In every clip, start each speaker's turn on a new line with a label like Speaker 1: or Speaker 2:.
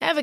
Speaker 1: Ever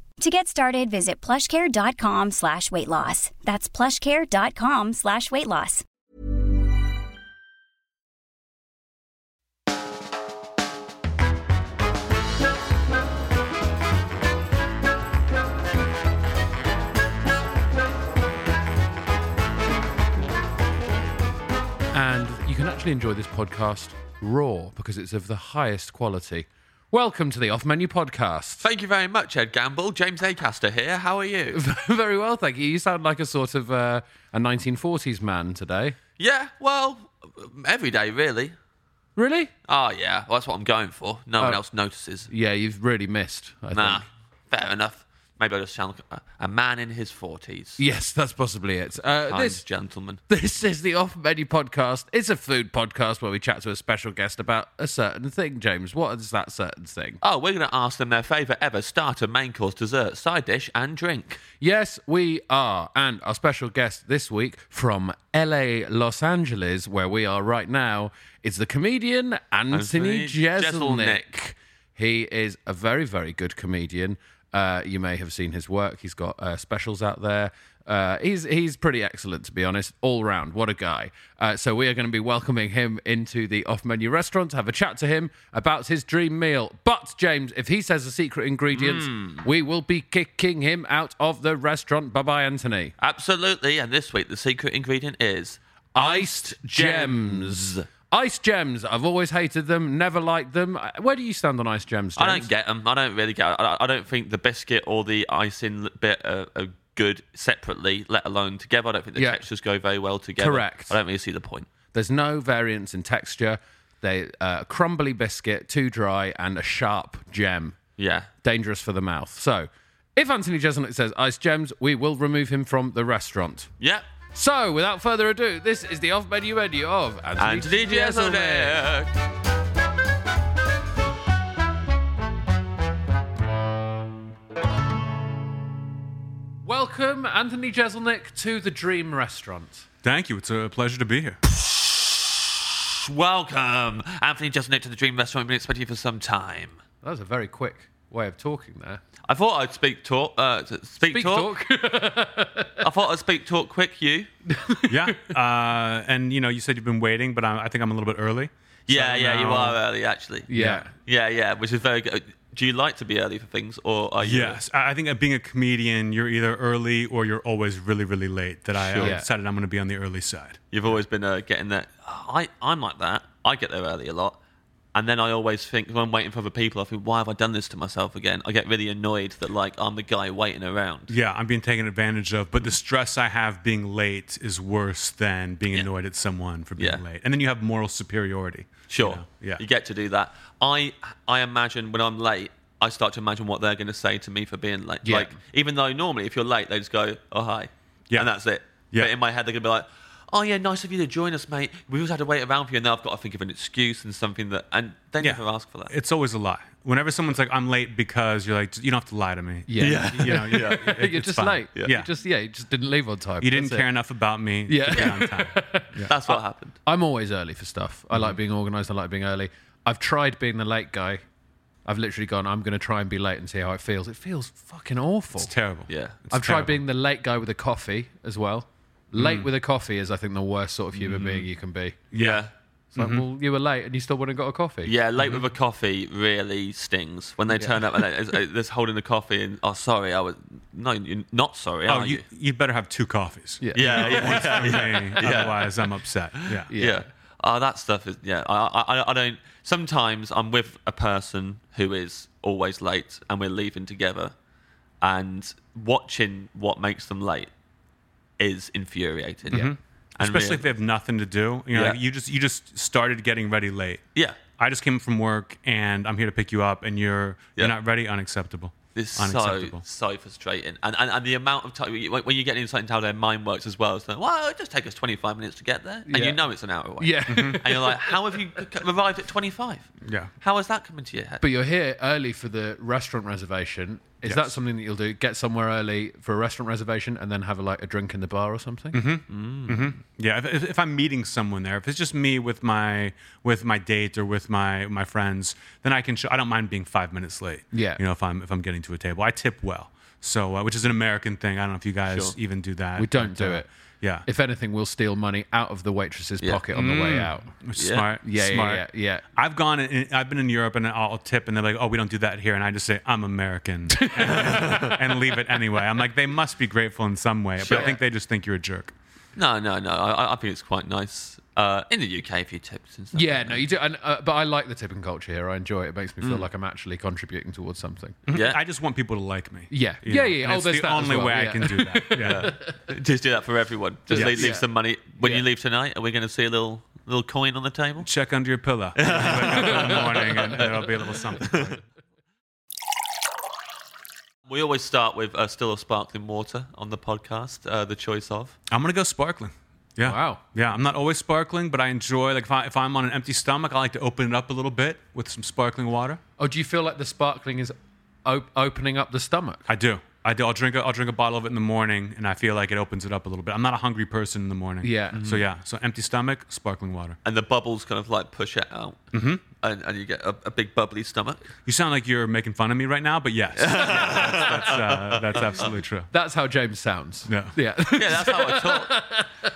Speaker 2: To get started, visit plushcare.com slash weight loss. That's plushcare.com slash weight loss.
Speaker 3: And you can actually enjoy this podcast raw because it's of the highest quality. Welcome to the Off Menu Podcast.
Speaker 4: Thank you very much, Ed Gamble. James Acaster here. How are you?
Speaker 3: Very well, thank you. You sound like a sort of uh, a 1940s man today.
Speaker 4: yeah, well, every day, really.
Speaker 3: Really?
Speaker 4: Oh, yeah. Well, that's what I'm going for. No one
Speaker 3: Oh.
Speaker 4: else notices.
Speaker 3: Yeah, you've really missed. I
Speaker 4: Nah,
Speaker 3: think.
Speaker 4: fair enough. Maybe I just sound like a, a man in his 40s.
Speaker 3: Yes, that's possibly it. Uh,
Speaker 4: Kind
Speaker 3: this
Speaker 4: gentleman.
Speaker 3: this is the Off Menu Podcast. It's a food podcast where we chat to a special guest about a certain thing. James, what is that certain thing?
Speaker 4: Oh, we're going to ask them their favourite ever starter, main course, dessert, side dish, and drink.
Speaker 3: Yes, we are. And our special guest this week from LA, Los Angeles, where we are right now, is the comedian Anthony
Speaker 4: Anthony
Speaker 3: Jeselnik.
Speaker 4: Jeselnik.
Speaker 3: He is a very, very good comedian. Uh, you may have seen his work. He's got uh, specials out there. Uh, he's he's pretty excellent, to be honest, all round. What a guy! Uh, so we are going to be welcoming him into the off-menu restaurant to have a chat to him about his dream meal. But James, if he says the secret ingredients, we will be kicking him out of the restaurant. Bye bye, Anthony.
Speaker 4: Absolutely. And this week, the secret ingredient is
Speaker 3: Iced gems. Iced gems. I've always hated them. Never liked them. Uh, Where do you stand on iced gems? James?
Speaker 4: I don't get them. I don't really get. 'em. I, I don't think the biscuit or the icing bit are, are good separately, let alone together. I don't think the
Speaker 3: Yeah.
Speaker 4: textures go very well together.
Speaker 3: Correct.
Speaker 4: I don't really see the point.
Speaker 3: There's no variance in texture. They uh, a crumbly biscuit, too dry, and a sharp gem.
Speaker 4: Yeah.
Speaker 3: Dangerous for the mouth. So, if Anthony Jeselnik says ice gems, we will remove him from the restaurant.
Speaker 4: Yeah.
Speaker 3: So, without further ado, this is the off menu menu of Anthony,
Speaker 4: And DJ
Speaker 3: Jeselnik.
Speaker 4: Zelnick.
Speaker 3: Welcome, Anthony Jeselnik, to the Dream Restaurant.
Speaker 5: Thank you. It's a pleasure to be here.
Speaker 4: Welcome, Anthony Jeselnik to the Dream Restaurant. We've been expecting you for some time.
Speaker 3: That was a very quick way of talking there.
Speaker 4: I thought I'd speak talk. Uh, speak,
Speaker 3: Speak
Speaker 4: talk.
Speaker 3: talk.
Speaker 4: I thought I'd speak talk quick. You.
Speaker 5: Yeah. Uh, and, you know, you said you've been waiting, but I, I think I'm a little bit early.
Speaker 4: Yeah, yeah, you
Speaker 5: now-
Speaker 4: are early actually.
Speaker 3: yeah.
Speaker 4: Yeah, yeah, which is very good. Do you like to be early for things, or are you?
Speaker 5: Yes. I I think uh, being a comedian, you're either early or you're always really, really late. That I uh,
Speaker 3: Sure. Yeah.
Speaker 5: decided I'm going to be on the early side.
Speaker 4: You've always been uh, getting that. I, I'm like that. I get there early a lot. And then I always think, when I'm waiting for other people, I think, why have I done this to myself again? I get really annoyed that, like, I'm the guy waiting around.
Speaker 5: Yeah, I'm being taken advantage of, but the stress I have being late is worse than being annoyed at someone for being
Speaker 4: Yeah.
Speaker 5: late. And then you have moral superiority.
Speaker 4: Sure.
Speaker 5: You know? Yeah.
Speaker 4: You get to do that. I, I imagine when I'm late, I start to imagine what they're going to say to me for being late.
Speaker 3: Yeah.
Speaker 4: Like, even though normally if you're late, they just go, oh, hi.
Speaker 5: Yeah.
Speaker 4: And that's it.
Speaker 5: Yeah.
Speaker 4: But in my head, they're going to be like, oh, yeah, nice of you to join us, mate. We always had to wait around for you. And now I've got to think of an excuse and something that, and they
Speaker 5: Yeah.
Speaker 4: never ask for that.
Speaker 5: It's always a lie. whenever someone's like, "I'm late because," you're like, "You don't have to lie to me."
Speaker 3: Yeah.
Speaker 5: You know, you know, it-
Speaker 3: You're
Speaker 5: it's
Speaker 3: just
Speaker 5: fine.
Speaker 3: late.
Speaker 5: Yeah.
Speaker 3: You just yeah, you just didn't leave on time.
Speaker 5: you didn't
Speaker 3: That's it.
Speaker 5: care enough about me. to
Speaker 3: Yeah.
Speaker 5: get on time.
Speaker 4: That's what happened.
Speaker 3: I'm always early for stuff. I like being organised. I like being early. I've tried being the late guy. I've literally gone. I'm going to try and be late and see how it feels. It feels fucking awful.
Speaker 5: It's terrible.
Speaker 4: Yeah.
Speaker 5: It's
Speaker 3: I've
Speaker 5: terrible.
Speaker 3: tried being the late guy with a coffee as well. Late with a coffee is, I think, the worst sort of human being you can be.
Speaker 4: Yeah.
Speaker 3: It's like, well, you were late and you still wouldn't got a coffee.
Speaker 4: Yeah, late
Speaker 5: Mm-hmm.
Speaker 4: with a coffee really stings. When they turn up and they- it's- it's- they're holding the coffee and, oh, sorry, I was. No, you're not sorry,
Speaker 5: Oh,
Speaker 4: are
Speaker 5: you
Speaker 4: you?
Speaker 5: you better have two coffees.
Speaker 3: Yeah.
Speaker 4: Yeah, yeah, yeah.
Speaker 5: For me, Otherwise, I'm upset. Yeah.
Speaker 4: Yeah. Oh, that stuff is yeah. I, I I don't. Sometimes I'm with a person who is always late, and we're leaving together, and watching what makes them late is infuriating. Yeah. And
Speaker 5: Mm-hmm. Especially
Speaker 4: really-
Speaker 5: if they have nothing to do. You know,
Speaker 4: Yeah.
Speaker 5: like, you just you just started getting ready late.
Speaker 4: yeah.
Speaker 5: I just came from work and I'm here to pick you up, and you're
Speaker 4: Yeah.
Speaker 5: you're not ready. Unacceptable.
Speaker 4: It's so so frustrating, and, and and the amount of time when when you get insight into how their mind works as well. It's like, well, it just take us twenty five minutes to get there, and
Speaker 3: Yeah.
Speaker 4: you know it's an hour away.
Speaker 3: Yeah.
Speaker 4: and you're like, how have you c- c- arrived at twenty five?
Speaker 5: Yeah.
Speaker 4: how has that come into your head?
Speaker 3: But you're here early for the restaurant reservation. Is that something that you'll do? Get somewhere early for a restaurant reservation and then have a, like a drink in the bar or something?
Speaker 5: Yeah, if, if, if I'm meeting someone there, if it's just me with my with my date or with my my friends, then I can show. I don't mind being five minutes late.
Speaker 3: Yeah.
Speaker 5: you know, if I'm if I'm getting to a table, I tip well. So, uh, which is an American thing. I don't know if you guys
Speaker 4: Sure.
Speaker 5: even do that.
Speaker 3: We don't
Speaker 5: but,
Speaker 3: do
Speaker 5: uh,
Speaker 3: it.
Speaker 5: Yeah,
Speaker 3: If anything, we'll steal money out of the waitress's
Speaker 4: Yeah.
Speaker 3: pocket on the way out.
Speaker 4: Yeah.
Speaker 5: smart.
Speaker 3: Yeah, yeah,
Speaker 5: Mm. smart.
Speaker 3: yeah, yeah.
Speaker 5: I've gone. In, I've been in Europe, and I'll tip, and they're like, "Oh, we don't do that here," and I just say, "I'm American," and, and leave it anyway. I'm like, they must be grateful in some way, but
Speaker 4: Sure.
Speaker 5: I think they just think you're a jerk.
Speaker 4: No, no, no. I, I- I think it's quite nice. Uh, in the UK, a few tips and stuff.
Speaker 3: Yeah, no, you do. And, uh, but I like the tipping culture here. I enjoy it. It makes me feel like I'm actually contributing towards something.
Speaker 4: Yeah.
Speaker 5: I just want people to like me.
Speaker 3: Uh, Yeah.
Speaker 5: You
Speaker 3: Yeah,
Speaker 5: know?
Speaker 3: yeah,
Speaker 5: And
Speaker 3: oh,
Speaker 5: it's
Speaker 3: there's
Speaker 5: the
Speaker 3: that as
Speaker 5: only
Speaker 3: well,
Speaker 5: way
Speaker 3: yeah.
Speaker 5: I can do that. Yeah.
Speaker 4: just do that for everyone. Just
Speaker 5: Yes.
Speaker 4: leave, leave
Speaker 3: Yeah.
Speaker 4: some money. When
Speaker 3: Yeah.
Speaker 4: you leave tonight, are we going to see a little little coin on the table?
Speaker 5: Check under your pillow. Wake up in the morning and there'll be a little something. for you.
Speaker 4: We always start with uh, still or sparkling water on the podcast. Uh, the choice of
Speaker 5: I'm gonna go sparkling. Yeah.
Speaker 3: Wow.
Speaker 5: Yeah, I'm not always sparkling, but I enjoy like if, I, if I'm on an empty stomach, I like to open it up a little bit with some sparkling water.
Speaker 3: Oh, do you feel like the sparkling is op- opening up the stomach?
Speaker 5: I do. I do. I'll drink. A, I'll drink a bottle of it in the morning, and I feel like it opens it up a little bit. I'm not a hungry person in the morning.
Speaker 3: Yeah. Mhm.
Speaker 5: So yeah. So empty stomach, sparkling water.
Speaker 4: and the bubbles kind of like push it out, mm-hmm. and, and you get a, a big bubbly stomach.
Speaker 5: You sound like you're making fun of me right now, but yes, Yeah, that's, that's, uh, that's absolutely true.
Speaker 3: That's how James sounds.
Speaker 5: Yeah.
Speaker 3: Yeah.
Speaker 4: Yeah, that's how I talk.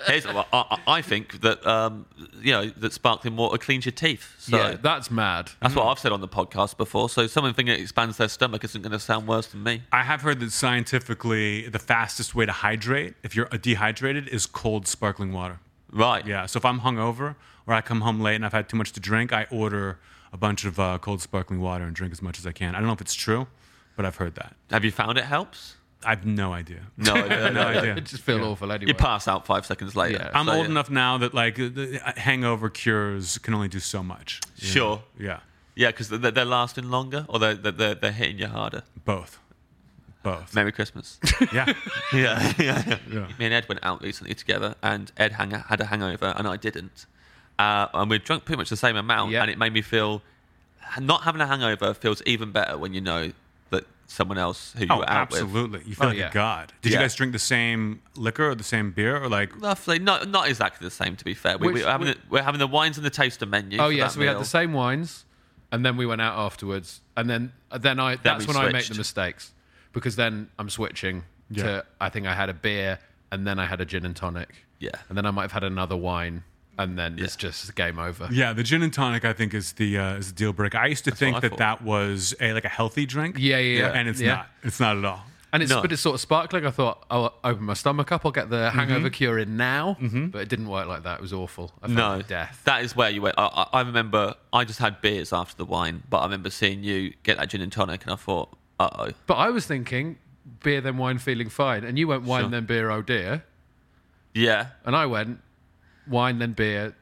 Speaker 4: Here's, well, I, I I think that um, you know that sparkling water cleans your teeth. So
Speaker 3: yeah, that's mad.
Speaker 4: that's what I've said on the podcast before. So someone thinking it expands their stomach isn't going to sound worse than me.
Speaker 5: I have heard that scientifically, the fastest way to hydrate, if you're uh, dehydrated, is cold sparkling water.
Speaker 4: Right.
Speaker 5: Yeah. So if I'm hungover or I come home late and I've had too much to drink, I order a bunch of uh, cold sparkling water and drink as much as I can. I don't know if it's true, but I've heard that.
Speaker 4: Have you found it helps?
Speaker 5: I've no idea.
Speaker 4: No, no,
Speaker 5: No
Speaker 4: no.
Speaker 3: I
Speaker 5: idea.
Speaker 3: just feel awful anyway.
Speaker 4: You pass out five seconds later.
Speaker 3: Yeah.
Speaker 5: I'm
Speaker 4: So,
Speaker 5: old
Speaker 4: yeah.
Speaker 5: enough now that like the- the uh, hangover cures can only do so much. you know?
Speaker 4: Sure.
Speaker 5: Yeah.
Speaker 4: Yeah, because they're, they're lasting longer or they're, they're, they're hitting you harder.
Speaker 5: Both. Both.
Speaker 4: Merry Christmas.
Speaker 5: Yeah.
Speaker 4: yeah, yeah, yeah.
Speaker 5: Yeah.
Speaker 4: Me and Ed went out recently together, and Ed hang- had a hangover, and I didn't. Uh, and we drunk pretty much the same amount,
Speaker 3: Yeah.
Speaker 4: and it made me feel not having a hangover feels even better when you know that someone else who you
Speaker 5: Oh,
Speaker 4: were out with.
Speaker 5: absolutely. You feel
Speaker 3: Oh,
Speaker 5: like
Speaker 3: yeah.
Speaker 5: a god. Did
Speaker 4: Yeah.
Speaker 5: you guys drink the same liquor or the same beer or like
Speaker 4: Roughly, not not exactly the same. To be fair, we,
Speaker 3: Which-
Speaker 4: we were having
Speaker 3: which-
Speaker 4: the, we're having the wines and the taster menu.
Speaker 3: Oh
Speaker 4: for
Speaker 3: yeah,
Speaker 4: that
Speaker 3: so we had
Speaker 4: meal.
Speaker 3: the same wines, and then we went out afterwards, and then then I that's
Speaker 4: we
Speaker 3: when I make the
Speaker 4: switched.
Speaker 3: mistakes because then I'm switching
Speaker 5: Yeah.
Speaker 3: to I think I had a beer and then I had a gin and tonic.
Speaker 4: Yeah.
Speaker 3: and then I might have had another wine, and then it's
Speaker 4: Yeah.
Speaker 3: just game over.
Speaker 5: Yeah, the gin and tonic I think is the uh, is the deal breaker. I used to think
Speaker 4: I
Speaker 5: that
Speaker 4: thought.
Speaker 5: that was a like a healthy drink.
Speaker 3: Yeah, yeah, yeah.
Speaker 5: And it's
Speaker 3: Yeah.
Speaker 5: not. It's not at all.
Speaker 3: And it's
Speaker 4: No.
Speaker 3: but it's sort of sparkling. I thought I'll open my stomach up. I'll get the
Speaker 5: Mm-hmm.
Speaker 3: hangover cure in now, but it didn't work like that. It was awful. I felt
Speaker 4: No,
Speaker 3: like death.
Speaker 4: That is where you went. I, I- I remember I just had beers after the wine, but I remember seeing you get that gin and tonic, and I thought, uh oh.
Speaker 3: but I was thinking beer then wine, feeling fine, and you went wine
Speaker 4: Sure.
Speaker 3: then beer. Oh dear,
Speaker 4: Yeah,
Speaker 3: and I went wine then beer.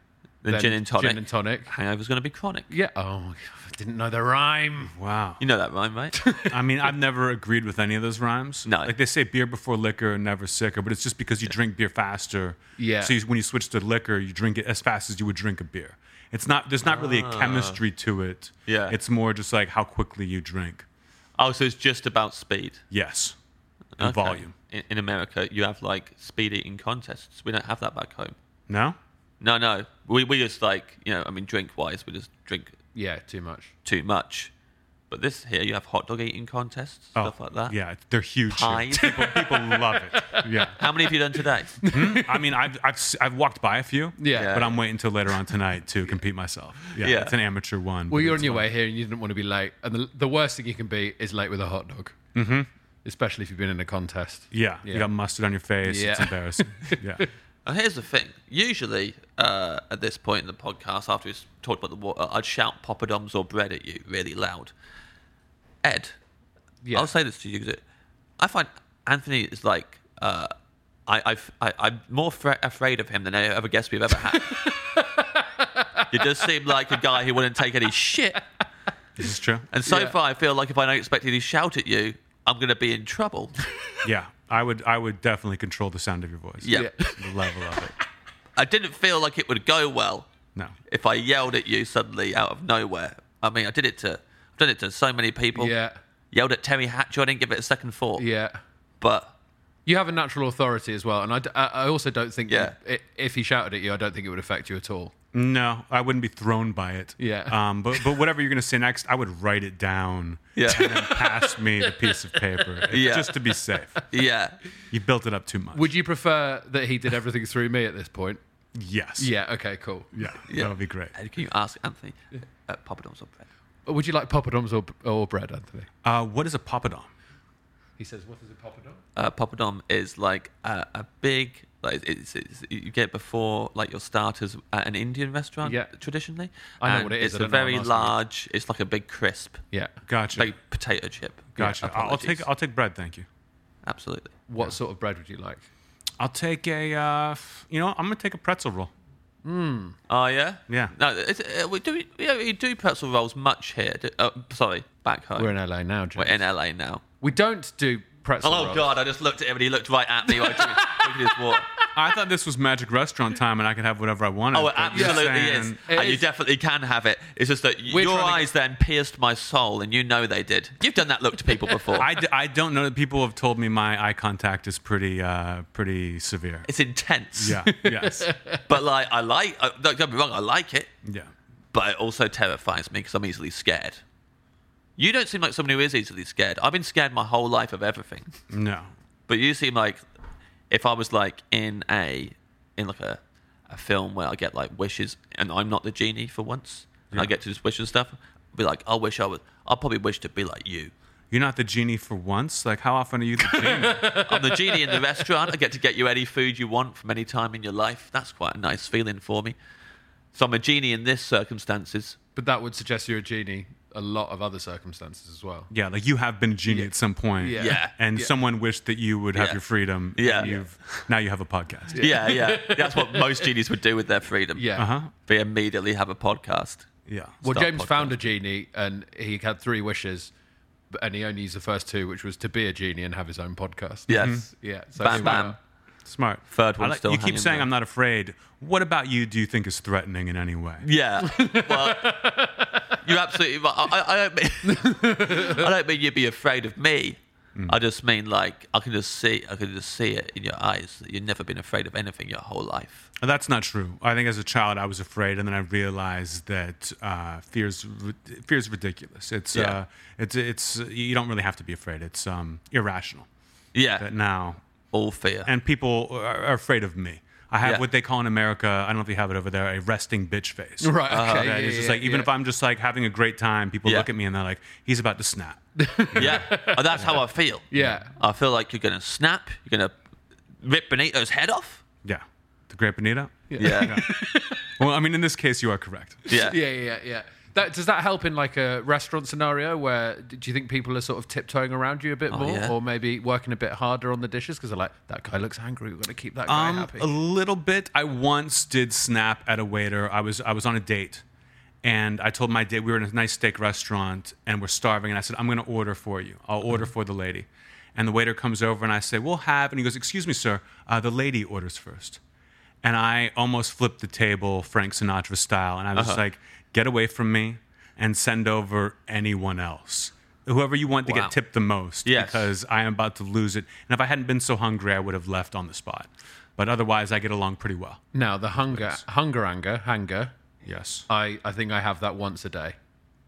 Speaker 4: Then gin and tonic.
Speaker 3: Gin and tonic.
Speaker 4: hangover's going to be chronic.
Speaker 3: Yeah. Oh, I didn't know the rhyme.
Speaker 5: Wow.
Speaker 4: You know that rhyme, right?
Speaker 5: I mean, I've never agreed with any of those rhymes.
Speaker 4: No.
Speaker 5: Like they say beer before liquor and never sicker, but it's just because you drink beer faster.
Speaker 3: Yeah.
Speaker 5: So you, when you switch to liquor, you drink it as fast as you would drink a beer. It's not there's not really a chemistry to it.
Speaker 4: Ah. Yeah.
Speaker 5: It's more just like how quickly you drink.
Speaker 4: Oh, so it's just about speed
Speaker 5: Yes. And
Speaker 4: Okay.
Speaker 5: volume.
Speaker 4: In, in America, you have like speed eating contests. We don't have that back home.
Speaker 5: No?
Speaker 4: No, no. We we just like you know. I mean, drink wise, we just drink
Speaker 3: Yeah, too much.
Speaker 4: too much. But this here, you have hot dog eating contests, stuff like that.
Speaker 5: Oh, Yeah, they're huge. here.
Speaker 4: Pies.
Speaker 5: People, people love it. Yeah.
Speaker 4: How many have you done today?
Speaker 5: I mean, I've, I've, s- I've walked by a few.
Speaker 3: Yeah.
Speaker 5: But I'm waiting till later on tonight to compete myself. Yeah.
Speaker 4: Yeah.
Speaker 5: It's an amateur one. but
Speaker 3: Well, you're
Speaker 5: it's
Speaker 3: on your
Speaker 5: fun.
Speaker 3: way here and you didn't want to be late. And the, the worst thing you can be is late with a hot dog. Mm-hmm. Especially if you've been in a contest.
Speaker 5: Yeah. You got mustard on your face. It's
Speaker 3: Yeah.
Speaker 5: embarrassing. yeah.
Speaker 4: Oh, here's the thing. Usually, uh, at this point in the podcast, after we've talked about the water, I'd shout poppadoms or bread at you really loud. Ed,
Speaker 3: Yeah.
Speaker 4: I'll say this to you because I find Anthony is like uh, I, I've, I, I'm more fra- afraid of him than any other guest we've ever had. you just seem like a guy who wouldn't take any shit.
Speaker 5: This is true.
Speaker 4: And so
Speaker 3: Yeah.
Speaker 4: far, I feel like if I don't expect you to shout at you, I'm going to be in trouble.
Speaker 5: Yeah. I would, I would definitely control the sound of your voice.
Speaker 4: yeah.
Speaker 3: Yeah.
Speaker 5: The level of it.
Speaker 4: I didn't feel like it would go well
Speaker 5: No.
Speaker 4: if I yelled at you suddenly out of nowhere. I mean, I did it to I've done it to so many people.
Speaker 3: Yeah.
Speaker 4: Yelled at Terry Hatcher. I didn't give it a second thought.
Speaker 3: Yeah.
Speaker 4: But
Speaker 3: You have a natural authority as well. And I, d- I- I also don't think,
Speaker 4: Yeah.
Speaker 3: i- if he shouted at you, I don't think it would affect you at all.
Speaker 5: No, I wouldn't be thrown by it.
Speaker 3: Yeah.
Speaker 5: Um, but, but whatever you're going to say next, I would write it down
Speaker 4: Yeah.
Speaker 5: and then pass me the piece of paper
Speaker 4: Yeah.
Speaker 5: just to be safe.
Speaker 4: yeah,
Speaker 5: You built it up too much.
Speaker 3: Would you prefer that he did everything through me at this point?
Speaker 5: yes.
Speaker 3: Yeah. Okay, cool.
Speaker 5: Yeah. That would be great.
Speaker 4: Ed, can you ask Anthony uh, Papadopoulos or bread?
Speaker 3: Would you like poppadoms or, or bread, Anthony?
Speaker 5: Uh, what is a poppadom?
Speaker 3: He says, what is a poppadom?
Speaker 4: Uh, Papadom is like a, a big like it's, it's, you get before like your starters at an Indian restaurant
Speaker 3: Yeah.
Speaker 4: traditionally.
Speaker 3: I know
Speaker 4: And
Speaker 3: what it
Speaker 4: It's
Speaker 3: is, I
Speaker 4: a
Speaker 3: don't know what
Speaker 4: very
Speaker 3: I'm asking you.
Speaker 4: large. It's like a big crisp,
Speaker 3: Yeah.
Speaker 5: Gotcha.
Speaker 4: big potato chip.
Speaker 5: gotcha.
Speaker 4: Yeah,
Speaker 5: I'll- I'll take
Speaker 4: apologies.
Speaker 5: I'll take bread, thank you.
Speaker 4: Absolutely.
Speaker 3: What sort of bread would you like?
Speaker 5: I'll take a uh, f- you know I'm gonna take a pretzel roll.
Speaker 4: Oh yeah,
Speaker 5: Yeah.
Speaker 4: No, it's, uh, we do we, don't really do pretzel rolls much here. Do, uh, sorry, back home.
Speaker 3: We're in LA now, James.
Speaker 4: We're in LA now.
Speaker 3: We don't do pretzel
Speaker 4: Oh
Speaker 3: rolls.
Speaker 4: God! I just looked at him and he looked right at me. Like, look at his walk.
Speaker 5: I thought this was magic restaurant time and I could have whatever I wanted.
Speaker 4: Oh, it
Speaker 5: but you're
Speaker 4: absolutely is,
Speaker 5: saying-
Speaker 4: and you
Speaker 3: is.
Speaker 4: definitely can have it. It's just that y-
Speaker 3: We're
Speaker 4: your
Speaker 3: trying to-
Speaker 4: eyes then pierced my soul, and you know they did. You've done that look to people before.
Speaker 5: I, d- I don't know that people have told me my eye contact is pretty uh, pretty severe.
Speaker 4: It's intense.
Speaker 5: Yeah. Yes.
Speaker 4: But like, I like. Uh, don't get me wrong. I like it,
Speaker 5: yeah.
Speaker 4: but it also terrifies me because I'm easily scared. You don't seem like someone who is easily scared. I've been scared my whole life of everything.
Speaker 5: No.
Speaker 4: But you seem like if I was like in a in like a a film where I get like wishes and I'm not the genie for once and I get to just wish and stuff, I'd be like, I wish I was I'll probably wish to be like you.
Speaker 5: You're not the genie for once. Like how often are you the genie?
Speaker 4: I'm the genie in the restaurant. I get to get you any food you want from any time in your life. That's quite a nice feeling for me. So I'm a genie in this circumstances.
Speaker 3: But that would suggest you're a genie a lot of other circumstances as well.
Speaker 5: yeah. Like you have been a genie at some point.
Speaker 3: Yeah.
Speaker 4: Yeah.
Speaker 5: And
Speaker 3: Yeah.
Speaker 5: someone wished that you would have
Speaker 4: Yeah.
Speaker 5: your freedom.
Speaker 4: Yeah.
Speaker 5: and You've now you have a podcast.
Speaker 4: Yeah, yeah. That's what most genies would do with their freedom.
Speaker 3: Yeah.
Speaker 5: Uh-huh.
Speaker 4: They immediately have a podcast.
Speaker 5: Yeah.
Speaker 3: Well,
Speaker 4: Start
Speaker 3: James
Speaker 4: podcast.
Speaker 3: found a genie and he had three wishes, but- and he only used the first two, which was to be a genie and have his own podcast.
Speaker 4: Yes.
Speaker 3: Mm-hmm. Yeah. So
Speaker 4: Bam
Speaker 3: there we
Speaker 4: bam.
Speaker 3: are.
Speaker 5: Smart.
Speaker 4: Third
Speaker 5: I
Speaker 4: one's still
Speaker 5: You keep
Speaker 4: hanging
Speaker 5: saying
Speaker 4: there.
Speaker 5: I'm not afraid. What about you? Do you think is threatening in any way?
Speaker 4: Yeah. Well, you're absolutely right. I, I, I don't mean I don't mean you'd be afraid of me. I just mean like I can just see I can just see it in your eyes that you've never been afraid of anything your whole life.
Speaker 5: That's not true. I think as a child I was afraid, and then I realized that uh, fear's ri- fear's ridiculous. It's
Speaker 4: Yeah.
Speaker 5: uh, it's it's you don't really have to be afraid. It's um, irrational.
Speaker 3: Uh,
Speaker 4: Yeah.
Speaker 5: But now,
Speaker 4: All fear.
Speaker 5: and people are are afraid of me. I have
Speaker 4: Yeah.
Speaker 5: what they call in America. I don't know if you have it over there. A resting bitch face.
Speaker 3: Right. Okay.
Speaker 5: Okay,
Speaker 3: yeah,
Speaker 5: it's just
Speaker 3: yeah,
Speaker 5: like even
Speaker 3: yeah.
Speaker 5: if I'm just like having a great time, people
Speaker 4: Yeah.
Speaker 5: look at me and they're like, "He's about to snap."
Speaker 4: yeah. Oh, that's how I feel.
Speaker 3: Yeah.
Speaker 4: I feel like you're gonna snap, you're gonna rip Benito's head off.
Speaker 5: yeah, the Great Benito.
Speaker 4: Yeah.
Speaker 5: Well, I mean, in this case, you are correct.
Speaker 4: Yeah.
Speaker 3: Yeah. Yeah. Yeah. yeah. That, does that help in like a restaurant scenario where d- do you think people are sort of tiptoeing around you a bit more,
Speaker 4: yeah.
Speaker 3: or maybe working a bit harder on the dishes because they're like that guy looks angry, we've got to keep that guy
Speaker 5: Um,
Speaker 3: happy.
Speaker 5: a little bit. I once did snap at a waiter. I was I was on a date, and I told my date we were in a nice steak restaurant and we're starving, and I said I'm going to order for you. I'll order for the lady, and the waiter comes over and I say we'll have, and he goes, "Excuse me, sir, uh, the lady orders first. and I almost flipped the table, Frank Sinatra style, and I was just like, "Get away from me, and send over anyone else, whoever you want to
Speaker 4: Wow.
Speaker 5: get tipped the most,
Speaker 4: Yes.
Speaker 5: because I am about to lose it." And if I hadn't been so hungry, I would have left on the spot. But otherwise, I get along pretty well.
Speaker 3: Now the hunger, hunger, anger, hanger.
Speaker 5: Yes.
Speaker 3: I, I think I have that once a day.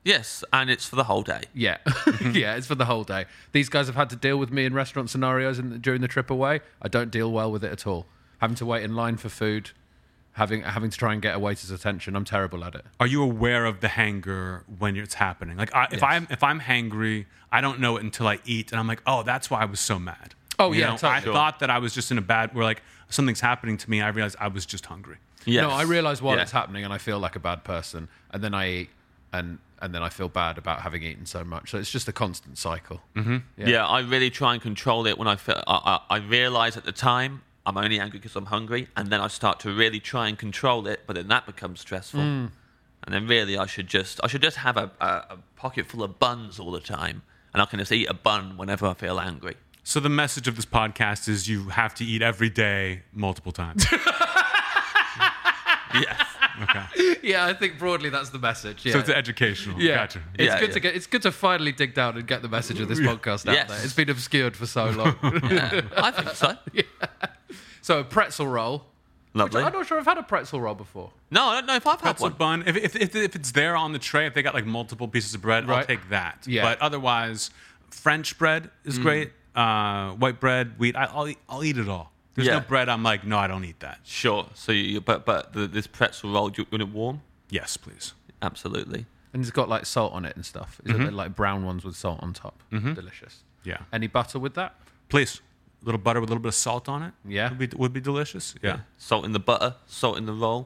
Speaker 4: Yes, and it's for the whole day.
Speaker 3: Yeah, yeah, it's for the whole day. These guys have had to deal with me in restaurant scenarios in, during the trip away. I don't deal well with it at all. Having to wait in line for food, having having to try and get a waiter's attention. I'm terrible at it.
Speaker 5: Are you aware of the hanger when it's happening? Like, I, if I'm if I'm hangry, I don't know it until I eat, and I'm like, "Oh, that's why I was so mad."
Speaker 3: Oh, yeah, totally.
Speaker 5: I thought that I was just in a bad. Where like something's happening to me, I realized I was just hungry.
Speaker 4: Yes.
Speaker 3: No, I realise while
Speaker 4: Yeah.
Speaker 3: it's happening, and I feel like a bad person, and then I eat, and and then I feel bad about having eaten so much. So it's just a constant cycle. Mm-hmm.
Speaker 4: Yeah. I really try and control it when I feel. I, I, I realize at the time I'm only angry because I'm hungry, and then I start to really try and control it, but then that becomes stressful. And then really, I should just I should just have a, a, a pocket full of buns all the time, and I can just eat a bun whenever I feel angry.
Speaker 5: So the message of this podcast is you have to eat every day multiple times.
Speaker 4: Yes.
Speaker 3: yeah, I think broadly that's the message. Yeah.
Speaker 5: So it's educational.
Speaker 3: yeah,
Speaker 5: Gotcha.
Speaker 3: it's
Speaker 4: Yeah,
Speaker 3: good to
Speaker 4: yeah.
Speaker 3: get. It's good to finally dig down and get the message of this podcast out
Speaker 4: Yes.
Speaker 3: there. It's been obscured for so long.
Speaker 4: Yeah, I think so.
Speaker 3: so a pretzel roll.
Speaker 4: Lovely.
Speaker 3: I'm not sure I've had a pretzel roll before.
Speaker 4: No, I don't know if I've had
Speaker 5: Pretzel
Speaker 4: one.
Speaker 5: bun. If, if, if, if it's there on the tray, if they got like multiple pieces of bread, I'll
Speaker 3: Right.
Speaker 5: take that.
Speaker 3: Yeah.
Speaker 5: But otherwise, French bread is great. Uh, white bread, wheat. I, I'll eat, I'll eat it all. There's
Speaker 4: Yeah.
Speaker 5: no bread. I'm like, no, I don't eat that.
Speaker 4: Sure. So, you, but but the, this pretzel roll, do you want it warm?
Speaker 5: Yes, please.
Speaker 4: Absolutely.
Speaker 3: And it's got like salt on it and stuff. Is it like brown ones with salt on top? Delicious.
Speaker 5: Yeah.
Speaker 3: Any butter with that?
Speaker 5: Please. A little butter with a little bit of salt on it.
Speaker 3: Yeah.
Speaker 5: Would be, would be delicious. Yeah.
Speaker 4: Salt in the butter, salt in the roll.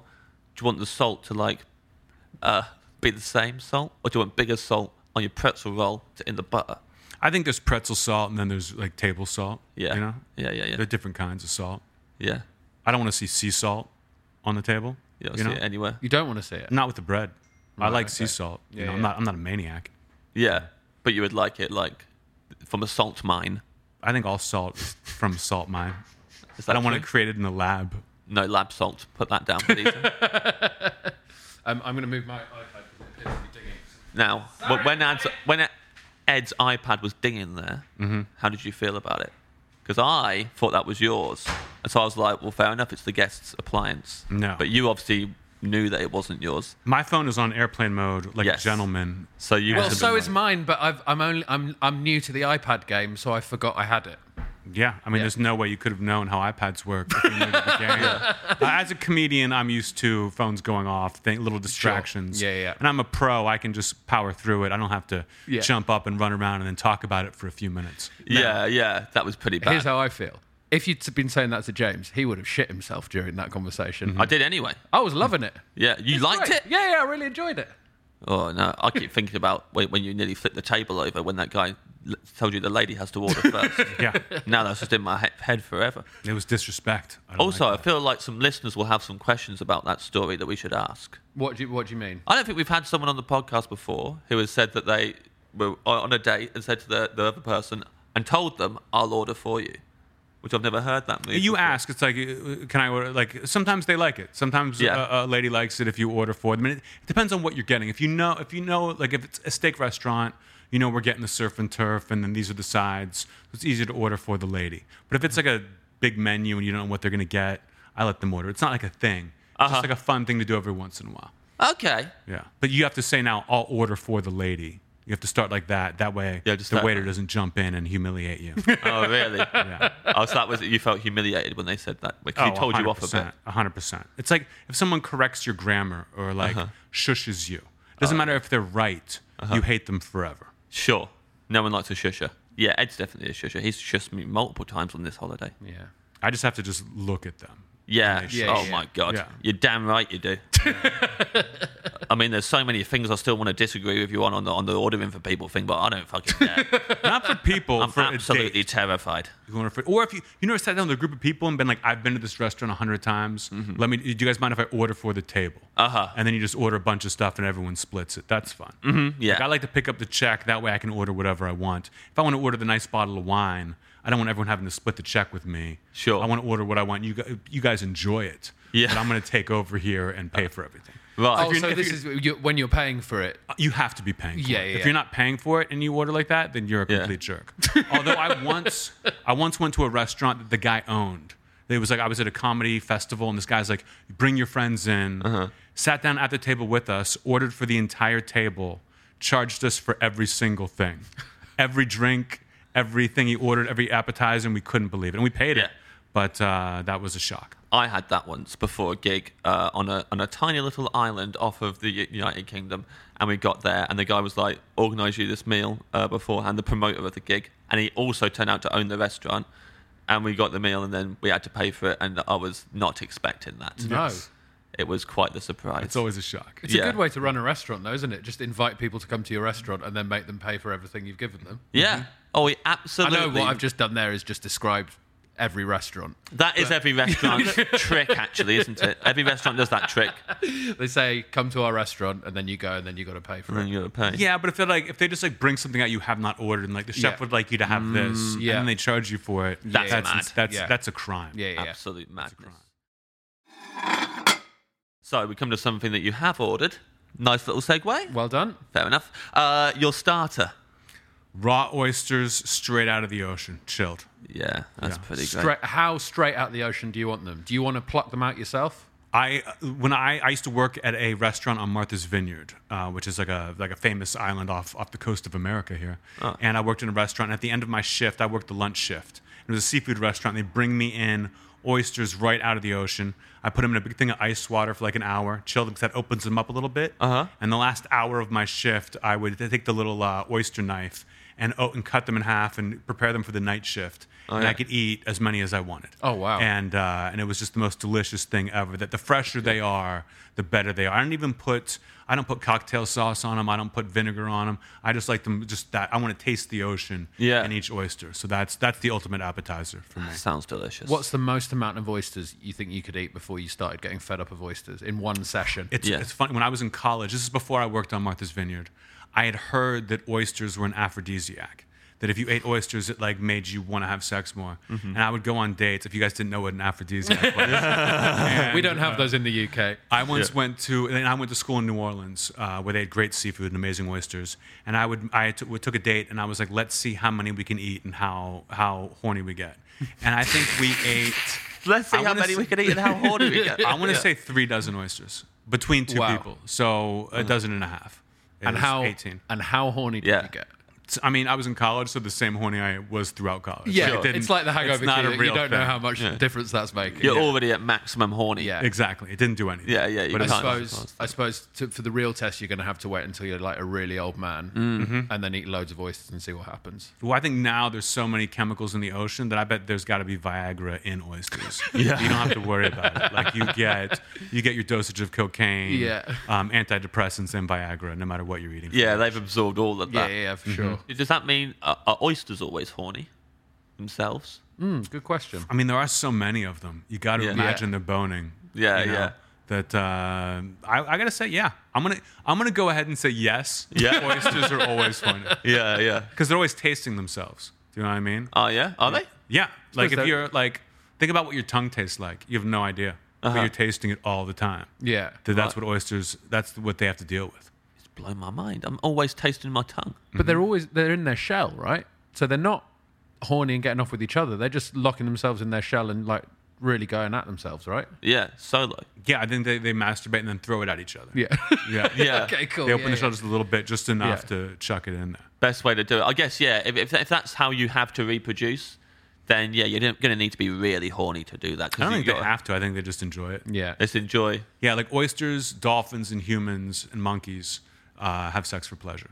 Speaker 4: Do you want the salt to like uh, be the same salt, or do you want bigger salt on your pretzel roll to in the butter?
Speaker 5: I think there's pretzel salt and then there's like table salt.
Speaker 4: Yeah.
Speaker 5: You know?
Speaker 4: Yeah, yeah, yeah.
Speaker 5: There are different kinds of salt.
Speaker 4: Yeah.
Speaker 5: I don't want to see sea salt on the table.
Speaker 4: You don't
Speaker 5: you
Speaker 4: see
Speaker 5: know?
Speaker 4: it anywhere.
Speaker 3: You don't want to see it.
Speaker 5: Not with the bread. I like sea
Speaker 3: okay.
Speaker 5: salt. you
Speaker 3: Yeah,
Speaker 5: know, I'm
Speaker 3: yeah.
Speaker 5: not. I'm not a maniac.
Speaker 4: Yeah, but you would like it like from a salt mine.
Speaker 5: I think all salt is from salt mine.
Speaker 4: Is
Speaker 5: I
Speaker 4: that
Speaker 5: don't want
Speaker 4: true?
Speaker 5: it created in the lab.
Speaker 4: No lab salt. Put that down, please.
Speaker 3: Um, I'm going to move my iPad because it's literally dinging.
Speaker 4: now, wh- when Ed's, when Ed's iPad was dinging there, how did you feel about it? Because I thought that was yours, and so I was like, well, fair enough. It's the guest's appliance.
Speaker 5: No.
Speaker 4: but you obviously knew that it wasn't yours.
Speaker 5: My phone is on airplane mode, like
Speaker 4: Yes.
Speaker 5: a gentleman.
Speaker 4: So you
Speaker 3: Well,
Speaker 4: had to
Speaker 3: so
Speaker 4: be
Speaker 3: is mine, but I've, I'm only I'm I'm new to the iPad game, so I forgot I had it.
Speaker 5: Yeah, I mean, there's no way you could have known how iPads work. if you knew the beginning. Uh, As a comedian, I'm used to phones going off, thing, little distractions.
Speaker 3: Yeah, yeah.
Speaker 5: And I'm a pro. I can just power through it. I don't have to
Speaker 3: Yeah.
Speaker 5: jump up and run around and then talk about it for a few minutes.
Speaker 4: Yeah, yeah, that was pretty bad.
Speaker 3: Here's how I feel. If you'd been saying that to James, he would have shit himself during that conversation.
Speaker 4: I did anyway.
Speaker 3: I was loving it.
Speaker 4: Yeah, you Mm-hmm. liked
Speaker 3: Great.
Speaker 4: it.
Speaker 3: Yeah, yeah, I really enjoyed it.
Speaker 4: Oh no, I keep thinking about when, when you nearly flipped the table over when that guy l- told you the lady has to order first.
Speaker 5: Yeah,
Speaker 4: now that's just in my he- head forever.
Speaker 5: it was disrespect. I don't
Speaker 4: Also,
Speaker 5: like
Speaker 4: I feel like some listeners will have some questions about that story that we should ask.
Speaker 3: What do you, what do you mean?
Speaker 4: I don't think we've had someone on the podcast before who has said that they were on a date and said to the, the other person and told them, "I'll order for you," which I've never heard that. move
Speaker 5: You
Speaker 4: before.
Speaker 5: ask, it's like, uh, can I order? Like, sometimes they like it. Sometimes
Speaker 4: Yeah.
Speaker 5: a, a lady likes it if you order for them. And it, it depends on what you're getting. If you know, if you know, like, if it's a steak restaurant, you know, we're getting the surf and turf, and then these are the sides. So it's easier to order for the lady. But if it's like a big menu and you don't know what they're gonna get, I let them order. It's not like a thing. It's
Speaker 4: Uh-huh.
Speaker 5: just like a fun thing to do every once in a while.
Speaker 4: Okay,
Speaker 5: Yeah. But you have to say now, I'll order for the lady. You have to start like that. That way,
Speaker 4: Yeah, just
Speaker 5: the
Speaker 4: that-
Speaker 5: waiter doesn't jump in and humiliate you.
Speaker 4: Oh, really? Oh, so that was you felt humiliated when they said that because you told you off a bit.
Speaker 5: Oh, hundred percent. It's like if someone corrects your grammar or like
Speaker 4: Uh-huh.
Speaker 5: shushes you. Doesn't matter if they're right. You hate them forever.
Speaker 4: Sure, no one likes a shusher. Yeah, Ed's definitely a shusher. He's shushed me multiple times on this holiday.
Speaker 3: Yeah.
Speaker 5: I just have to just look at them.
Speaker 4: Yeah.
Speaker 3: Yeah,
Speaker 4: oh
Speaker 3: yeah.
Speaker 4: my god,
Speaker 5: Yeah.
Speaker 4: you're damn right you do. I mean, there's so many things I still want to disagree with you on on the, on the ordering for people thing, but I don't fucking care.
Speaker 5: Not for people.
Speaker 4: I'm
Speaker 5: for a
Speaker 4: absolutely
Speaker 5: date.
Speaker 4: terrified.
Speaker 5: You wanna for- Or if you you never sat down with a group of people and been like, I've been to this restaurant a hundred times.
Speaker 4: Mm-hmm.
Speaker 5: Let me. Do you guys mind if I order for the table? Uh
Speaker 4: Uh-huh.
Speaker 5: huh. And then you just order a bunch of stuff and everyone splits it. That's fun.
Speaker 4: Yeah.
Speaker 5: Like, I like to pick up the check. That way I can order whatever I want. If I want to order the nice bottle of wine, I don't want everyone having to split the check with me.
Speaker 4: Sure.
Speaker 5: I want to order what I want. You, gu- you guys enjoy it.
Speaker 4: Yeah. Uh,
Speaker 5: But I'm going to take over here and pay for everything.
Speaker 4: Right.
Speaker 3: Oh,
Speaker 5: you're-
Speaker 3: so
Speaker 5: if
Speaker 3: this is you, when you're paying for it.
Speaker 5: You have to be paying. For
Speaker 3: Yeah,
Speaker 5: it.
Speaker 3: yeah,
Speaker 5: If
Speaker 3: yeah.
Speaker 5: you're not paying for it and you order like that, then you're a
Speaker 4: Yeah.
Speaker 5: complete jerk. Although I once, I once went to a restaurant that the guy owned. It was like I was at a comedy festival, and this guy's like, "Bring your friends in." Sat down at the table with us, ordered for the entire table, charged us for every single thing, every drink, everything he ordered, every appetizer, and we couldn't believe it, and we paid
Speaker 4: Yeah.
Speaker 5: it. But uh, that was a shock.
Speaker 4: I had that once before a gig uh, on a on a tiny little island off of the U- United Kingdom, and we got there, and the guy was like, "Organise you this meal uh, beforehand." The promoter of the gig, and he also turned out to own the restaurant, and we got the meal, and then we had to pay for it, and I was not expecting that.
Speaker 3: No.
Speaker 4: It was quite the surprise.
Speaker 5: It's always a shock.
Speaker 3: It's
Speaker 4: Yeah.
Speaker 3: a good way to run a restaurant, though, isn't it? Just invite people to come to your restaurant and then make them pay for everything you've given them.
Speaker 4: yeah. Oh, we
Speaker 3: I
Speaker 4: absolutely.
Speaker 3: know what I've just done there is just described every restaurant.
Speaker 4: That is every restaurant's trick, actually, isn't it? Every restaurant does that trick,
Speaker 3: They say, "Come to our restaurant," and then you go, and then you got to pay for
Speaker 4: and then
Speaker 3: it.
Speaker 4: you gotta pay.
Speaker 5: Yeah, but if they're like, if they just like bring something out you have not ordered, and like the chef
Speaker 3: Yeah. Mm,
Speaker 5: would like you to have this,
Speaker 3: yeah.
Speaker 5: and then they charge you for it,
Speaker 4: That's
Speaker 5: that's
Speaker 4: mad.
Speaker 5: that's
Speaker 3: Yeah.
Speaker 5: that's a crime.
Speaker 3: Yeah, yeah, yeah.
Speaker 4: Absolute madness. So we come to something that you have ordered. Nice little segue.
Speaker 3: Well done.
Speaker 4: Fair enough. Uh, your starter.
Speaker 5: Raw oysters straight out of the ocean, chilled.
Speaker 4: Yeah, that's
Speaker 5: Yeah.
Speaker 4: pretty great.
Speaker 3: Straight, how straight out the ocean do you want them? Do you want to pluck them out yourself?
Speaker 5: I when I, I used to work at a restaurant on Martha's Vineyard, uh, which is like a like a famous island off off the coast of America here.
Speaker 3: Ah.
Speaker 5: And I worked in a restaurant. And at the end of my shift, I worked the lunch shift. It was a seafood restaurant. They bring me in oysters right out of the ocean. I put them in a big thing of ice water for like an hour, chill them because that opens them up a little bit. Uh-huh. And the last hour of my shift, I would take the little uh, oyster knife and oh, and cut them in half and prepare them for the night shift. and I could eat as many as I wanted
Speaker 3: Oh, wow.
Speaker 5: and uh, and it was just the most delicious thing ever. That the fresher they are, the better they are. I don't even put I don't put cocktail sauce on them. I don't put vinegar on them. I just like them just that. I want to taste the ocean
Speaker 4: Yeah.
Speaker 5: in each oyster. So that's that's the ultimate appetizer for me.
Speaker 4: Sounds delicious.
Speaker 3: What's the most amount of oysters you think you could eat before you started getting fed up of oysters in one session?
Speaker 5: It's
Speaker 4: Yeah.
Speaker 5: it's funny when I was in college. This is before I worked on Martha's Vineyard. I had heard that oysters were an aphrodisiac. That if you ate oysters, it like made you want to have sex more.
Speaker 4: Mm-hmm.
Speaker 5: And I would go on dates. If you guys didn't know what an aphrodisiac was,
Speaker 3: we don't have those in the UK.
Speaker 5: I once went to, and I went to school in New Orleans uh, where they had great seafood and amazing oysters. And I would, I t- we took a date, and I was like, let's see how many we can eat and how how horny we get. And I think we ate.
Speaker 4: Let's see
Speaker 5: I
Speaker 4: how
Speaker 5: wanna
Speaker 4: many
Speaker 5: s-
Speaker 4: we can eat and how horny we get.
Speaker 5: I want to say three dozen oysters between two
Speaker 3: Wow. Uh-huh.
Speaker 5: people, so a dozen and a half. It
Speaker 3: And
Speaker 5: was
Speaker 3: how
Speaker 5: eighteen?
Speaker 3: and how horny did
Speaker 4: Yeah.
Speaker 3: you get?
Speaker 5: So, I mean, I was in college, so the same horny I was throughout college.
Speaker 3: Yeah,
Speaker 5: Like, it didn't-
Speaker 3: it's like the hangover.
Speaker 5: It's not
Speaker 3: cure.
Speaker 5: a real
Speaker 3: you don't know
Speaker 5: thing.
Speaker 3: how much difference that's making.
Speaker 4: You're
Speaker 3: Yeah.
Speaker 4: already at maximum horny.
Speaker 3: Yeah.
Speaker 5: Exactly, it didn't do anything.
Speaker 4: Yeah, yeah, you
Speaker 5: But
Speaker 3: I
Speaker 5: it's
Speaker 4: can't-
Speaker 3: suppose, I suppose to, for the real test, you're going to have to wait until you're like a really old man
Speaker 5: Mm-hmm.
Speaker 3: and then eat loads of oysters and see what happens.
Speaker 5: Well, I think now there's so many chemicals in the ocean that I bet there's got to be Viagra in oysters. yeah. You don't have to worry about it. Like you get you get your dosage of cocaine,
Speaker 3: Yeah.
Speaker 5: um, antidepressants, and Viagra, no matter what you're eating.
Speaker 4: Yeah, they've absorbed all of
Speaker 3: Yeah,
Speaker 4: that.
Speaker 3: yeah, yeah, for sure.
Speaker 4: Does that mean uh, are oysters always horny themselves?
Speaker 3: Mm, good question.
Speaker 5: I mean, there are so many of them. You got to
Speaker 4: Yeah.
Speaker 5: imagine they're boning.
Speaker 4: Yeah,
Speaker 5: you know,
Speaker 4: yeah.
Speaker 5: That uh, I, I gotta say, yeah. I'm gonna I'm gonna go ahead and say yes.
Speaker 4: Yeah.
Speaker 5: Oysters are always funny
Speaker 4: Yeah, yeah.
Speaker 5: because they're always tasting themselves. Do you know what I mean?
Speaker 4: Oh, yeah? Are they?
Speaker 5: Yeah. Like if
Speaker 3: that-
Speaker 5: you're like, think about what your tongue tastes like. You have no idea,
Speaker 3: Uh-huh.
Speaker 5: but you're tasting it all the time.
Speaker 3: Yeah.
Speaker 5: That that's what oysters. That's what they have to deal with.
Speaker 4: It's blown my mind. I'm always tasting my tongue.
Speaker 3: But
Speaker 5: Mm-hmm.
Speaker 3: they're always they're in their shell, right? So they're not horny and getting off with each other. They're just locking themselves in their shell and like really going at themselves, right?
Speaker 4: Yeah, solo.
Speaker 5: Yeah, I think they, they masturbate and then throw it at each other.
Speaker 3: Yeah.
Speaker 5: Yeah.
Speaker 4: Yeah.
Speaker 3: okay, cool.
Speaker 5: They open
Speaker 3: yeah,
Speaker 5: the
Speaker 3: yeah.
Speaker 5: shell just a little bit, just enough
Speaker 3: Yeah.
Speaker 5: to chuck it in there.
Speaker 4: best way to do it. I guess, yeah, if, if, if that's how you have to reproduce, then yeah, you're going to need to be really horny to do that.
Speaker 5: I don't
Speaker 4: you
Speaker 5: think they
Speaker 4: gotta-
Speaker 5: have to. I think they just enjoy it.
Speaker 3: Yeah.
Speaker 4: Just enjoy.
Speaker 5: Yeah, like oysters, dolphins, and humans and monkeys uh, have sex for pleasure.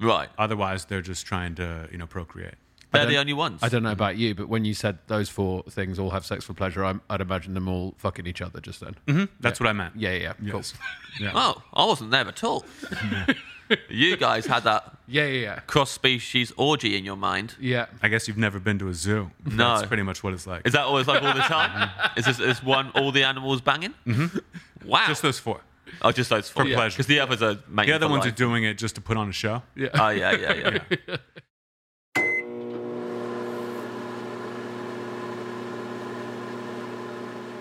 Speaker 4: Right.
Speaker 5: Otherwise, they're just trying to you know procreate.
Speaker 4: They're the only ones.
Speaker 3: I don't know about you, but when you said those four things all have sex for pleasure, I'm, I'd imagine them all fucking each other just then.
Speaker 5: That's what I meant.
Speaker 3: Yeah, yeah, yeah. Cool.
Speaker 5: Mm-hmm. Yes. Yeah.
Speaker 4: Oh, I wasn't there at all. you guys had that
Speaker 3: Yeah, yeah, yeah.
Speaker 4: cross species orgy in your mind.
Speaker 3: Yeah.
Speaker 5: I guess you've never been to a zoo.
Speaker 4: No.
Speaker 5: That's pretty much what it's like.
Speaker 4: Is that always like all the time? is this is one all the animals banging? Mm-hmm. Wow.
Speaker 5: just those four.
Speaker 4: oh, just those four.
Speaker 5: for pleasure.
Speaker 4: Because the others are making
Speaker 5: The other
Speaker 4: for
Speaker 5: ones are
Speaker 4: life.
Speaker 5: doing it just to put on a show.
Speaker 3: Yeah.
Speaker 4: Oh yeah, yeah, yeah.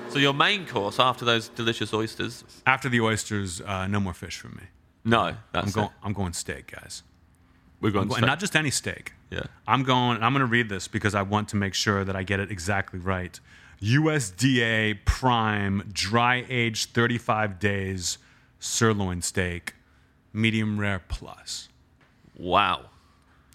Speaker 4: So your main course after those delicious oysters?
Speaker 5: After the oysters, uh, no more fish for me.
Speaker 4: No, that's
Speaker 5: I'm
Speaker 4: it.
Speaker 5: going. I'm going steak, guys.
Speaker 4: We're going
Speaker 5: I'm going,
Speaker 4: straight-
Speaker 5: and not just any steak.
Speaker 4: Yeah.
Speaker 5: I'm going. I'm going to read this because I want to make sure that I get it exactly right. USDA prime dry aged 35 days sirloin steak, medium rare plus.
Speaker 4: Wow.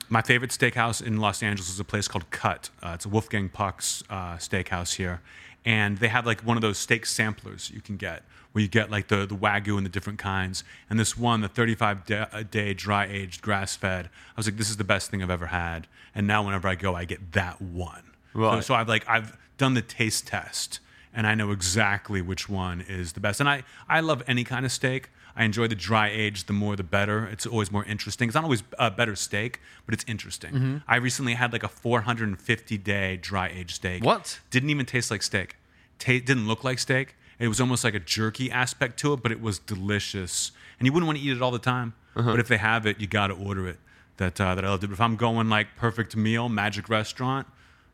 Speaker 5: My favorite steakhouse in Los Angeles is a place called Cut. Uh, it's a Wolfgang Puck's uh, steakhouse here, and they have like one of those steak samplers you can get, where you get like the the wagyu and the different kinds. And this one, the 35 da- a day dry aged, grass fed. I was like, this is the best thing I've ever had. And now whenever I go, I get that one.
Speaker 4: Right.
Speaker 5: So, so I've like I've done the taste test, and I know exactly which one is the best. And I I love any kind of steak. I enjoy the dry age. The more, the better. It's always more interesting. It's not always a better steak, but it's interesting. I recently had like a 450 day dry aged steak.
Speaker 3: What?
Speaker 5: Didn't even taste like steak. Ta- didn't look like steak. It was almost like a jerky aspect to it, but it was delicious. And you wouldn't want to eat it all the time. But if they have it, you got to order it. That uh, that I loved it. But if I'm going like perfect meal, magic restaurant,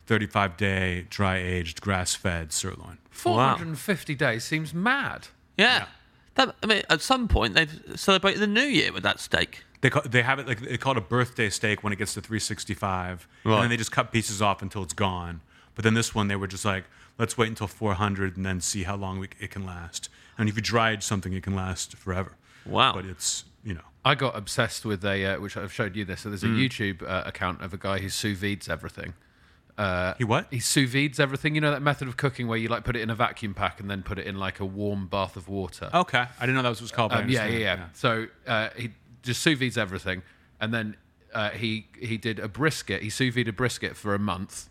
Speaker 5: 35 day dry aged grass fed sirloin.
Speaker 3: 450 days seems mad.
Speaker 4: Yeah. That, I mean, at some point they've celebrated the New Year with that steak.
Speaker 5: They call, they have it like they call it a birthday steak when it gets to 365, and
Speaker 4: Right.
Speaker 5: then they just cut pieces off until it's gone. But then this one, they were just like, let's wait until 400 and then see how long we, it can last. And if you dry age something, it can last forever.
Speaker 4: Wow.
Speaker 5: But it's you know.
Speaker 3: I got obsessed with a, uh, which I've showed you this. So there's a YouTube uh, account of a guy who sous vides everything. Uh,
Speaker 5: He what?
Speaker 3: He sous vides everything. You know that method of cooking where you like put it in a vacuum pack and then put it in like a warm bath of water.
Speaker 5: Okay, I didn't know that was what it's called. but I
Speaker 3: Um, yeah, yeah,
Speaker 5: understand.
Speaker 3: yeah, So uh, he just sous vides everything, and then uh, he he did a brisket. He sous vide a brisket for a month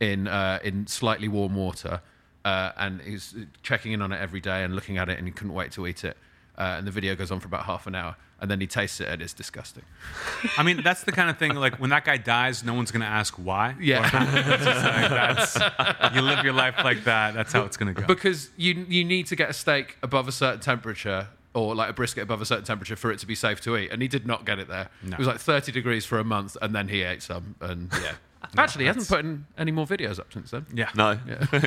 Speaker 3: in uh, in slightly warm water, uh, and he's checking in on it every day and looking at it, and he couldn't wait to eat it. Uh, and the video goes on for about half an hour, and then he tastes it, and it's disgusting.
Speaker 5: I mean, that's the kind of thing. Like when that guy dies, no one's gonna ask why.
Speaker 3: Yeah.
Speaker 5: It's just like, that's, you live your life like that. That's how it's gonna go.
Speaker 3: because you you need to get a steak above a certain temperature or like a brisket above a certain temperature for it to be safe to eat and he did not get it there it was like 30 degrees for a month and then he ate some and yeah actually he hasn't put in any more videos up since then
Speaker 5: yeah.
Speaker 4: No,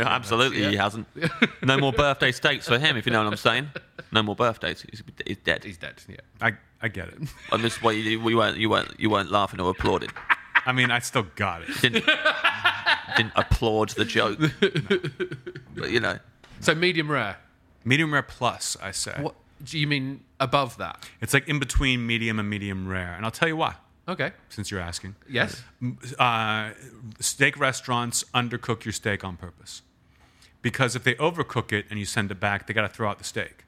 Speaker 4: absolutely he hasn't. No more birthday steaks for him, if you know what I'm saying. No more birthdays. He's, he's dead.
Speaker 3: he's dead yeah
Speaker 5: I I get it.
Speaker 4: I just why you, you weren't you weren't you weren't laughing or applauding.
Speaker 5: I mean, I still got it.
Speaker 4: Didn't didn't applaud the joke. But you know,
Speaker 3: so medium rare
Speaker 5: Medium rare plus, I say.
Speaker 3: what do you mean above that
Speaker 5: It's like in between medium and medium rare, and I'll tell you why.
Speaker 3: okay
Speaker 5: Since you're asking,
Speaker 3: yes
Speaker 5: uh, steak restaurants undercook your steak on purpose. Because if they overcook it and you send it back, they got to throw out the steak.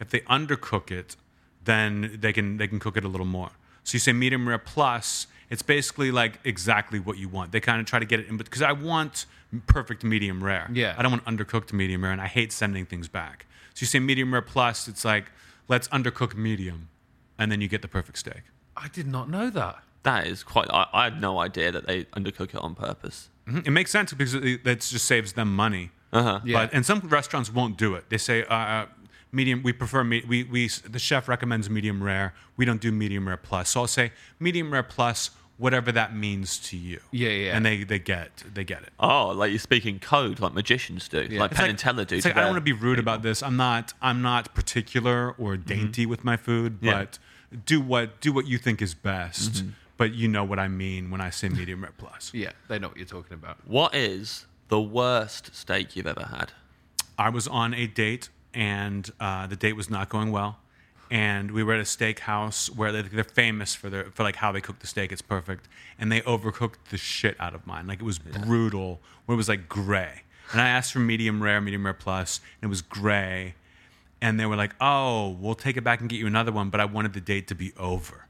Speaker 5: If they undercook it, then they can they can cook it a little more. So you say medium rare plus. It's basically like exactly what you want. They kind of try to get it in, because I want perfect medium rare.
Speaker 3: Yeah.
Speaker 5: I don't want undercooked medium rare, and I hate sending things back. So you say medium rare plus. It's like let's undercook medium, and then you get the perfect steak.
Speaker 3: i did not know that
Speaker 4: that is quite. I, I had no idea that they undercook it on purpose.
Speaker 5: Mhm. It makes sense because it, that just saves them money. Uh-huh.
Speaker 3: Yeah.
Speaker 5: But and some restaurants won't do it. They say uh, uh, medium. We prefer me, we we the chef recommends medium rare. We don't do medium rare plus. So I'll say medium rare plus, whatever that means to you.
Speaker 3: Yeah, yeah.
Speaker 5: And they they get they get it.
Speaker 4: Oh, like you're speaking code, like magicians do, like
Speaker 5: It's
Speaker 4: Penn
Speaker 5: like-
Speaker 4: and Teller do.
Speaker 5: It's
Speaker 4: to
Speaker 5: like, I don't
Speaker 4: their-
Speaker 5: want to be rude about this. I'm not. I'm not particular or
Speaker 3: Mm-hmm.
Speaker 5: dainty with my food,
Speaker 4: Yeah. Mm-hmm.
Speaker 5: but do what do what you think is best. But you know what I mean when I say medium rare plus.
Speaker 3: yeah they know what you're talking about
Speaker 4: What is the worst steak you've ever had?
Speaker 5: I was on a date and uh, the date was not going well. And we were at a steakhouse where they, they're famous for their for like how they cook the steak. It's perfect, and they overcooked the shit out of mine. Like it was brutal. Where it was like gray. And I asked for medium rare, medium rare plus, and it was gray. And they were like, "Oh, we'll take it back and get you another one," but I wanted the date to be over.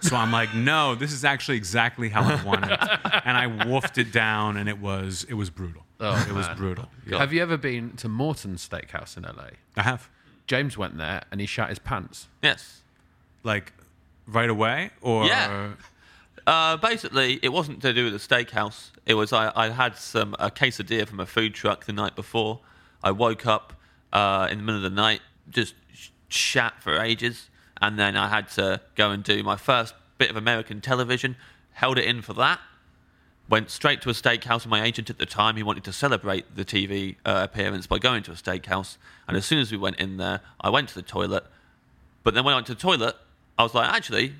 Speaker 5: So I'm like, "No, this is actually exactly how I want it." And I wolfed it down, and it was it was brutal.
Speaker 3: Oh,
Speaker 5: it was
Speaker 3: man.
Speaker 5: brutal.
Speaker 3: have you ever been to morton steakhouse in la
Speaker 5: I have.
Speaker 3: james went there and he shat his pants
Speaker 4: Yes.
Speaker 5: like right away or
Speaker 4: Yeah. Uh, basically, it wasn't to do with the steakhouse. It was I, I had some a quesadilla from a food truck the night before. I woke up uh, in the middle of the night, just sh- shat for ages, and then I had to go and do my first bit of American television. Held it in for that, Went straight to a steakhouse. My agent at the time, he wanted to celebrate the TV uh, appearance by going to a steakhouse. And as soon as we went in there, I went to the toilet. But then when I went to the toilet, I was like, actually,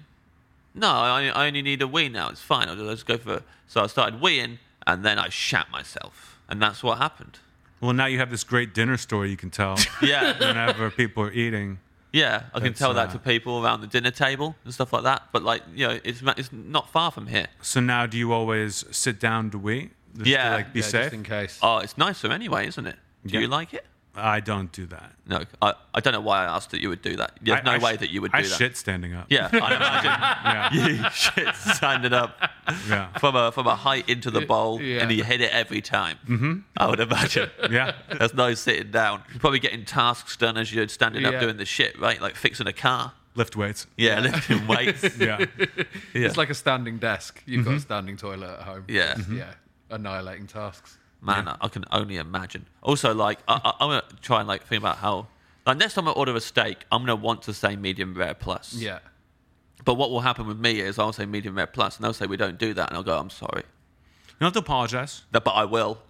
Speaker 4: no, I, I only need a wee now. It's fine. I'll just go for. So I started weeing, and then I shat myself, and that's what happened.
Speaker 5: Well, now you have this great dinner story you can tell
Speaker 4: Yeah,
Speaker 5: whenever people are eating.
Speaker 4: yeah. I can
Speaker 5: That's,
Speaker 4: tell that
Speaker 5: uh,
Speaker 4: to people around the dinner table and stuff like that. But like, you know, it's ma- it's not far from here.
Speaker 5: So now, do you always sit down to wait? Just
Speaker 4: Yeah.
Speaker 5: To, like, be
Speaker 4: Yeah,
Speaker 5: safe.
Speaker 3: just in case.
Speaker 4: Oh, it's nicer anyway, isn't it? Do you like it?
Speaker 5: I don't do that.
Speaker 4: No, I, I don't know why I asked that you would do that. There's
Speaker 5: I-
Speaker 4: no
Speaker 5: I
Speaker 4: way
Speaker 5: sh-
Speaker 4: that you would do
Speaker 5: I
Speaker 4: that.
Speaker 5: shit standing up.
Speaker 4: Yeah, I
Speaker 5: Yeah.
Speaker 4: imagine. you shit standing up
Speaker 5: Yeah.
Speaker 4: from a from a height into the bowl,
Speaker 3: yeah.
Speaker 4: and you hit it every time. Mm-hmm. I would imagine.
Speaker 5: Yeah.
Speaker 4: There's no sitting down. You're probably getting tasks done as you're standing
Speaker 3: Yeah.
Speaker 4: up doing the shit, right? Like fixing a car.
Speaker 5: Lift weights.
Speaker 4: Yeah, lifting weights.
Speaker 5: Yeah.
Speaker 3: It's like a standing desk. You've
Speaker 6: Mm-hmm.
Speaker 3: got a standing toilet at home.
Speaker 4: Yeah.
Speaker 3: Just, Yeah. Annihilating tasks.
Speaker 4: Man, I I can only imagine. Also, like, I, I, I'm gonna try and like think about how. Like next time I order a steak, I'm gonna want to say medium rare plus.
Speaker 3: Yeah.
Speaker 4: But what will happen with me is I'll say medium rare plus, and they'll say we don't do that, and I'll go, I'm sorry.
Speaker 5: You don't have to apologize.
Speaker 4: No, but I will.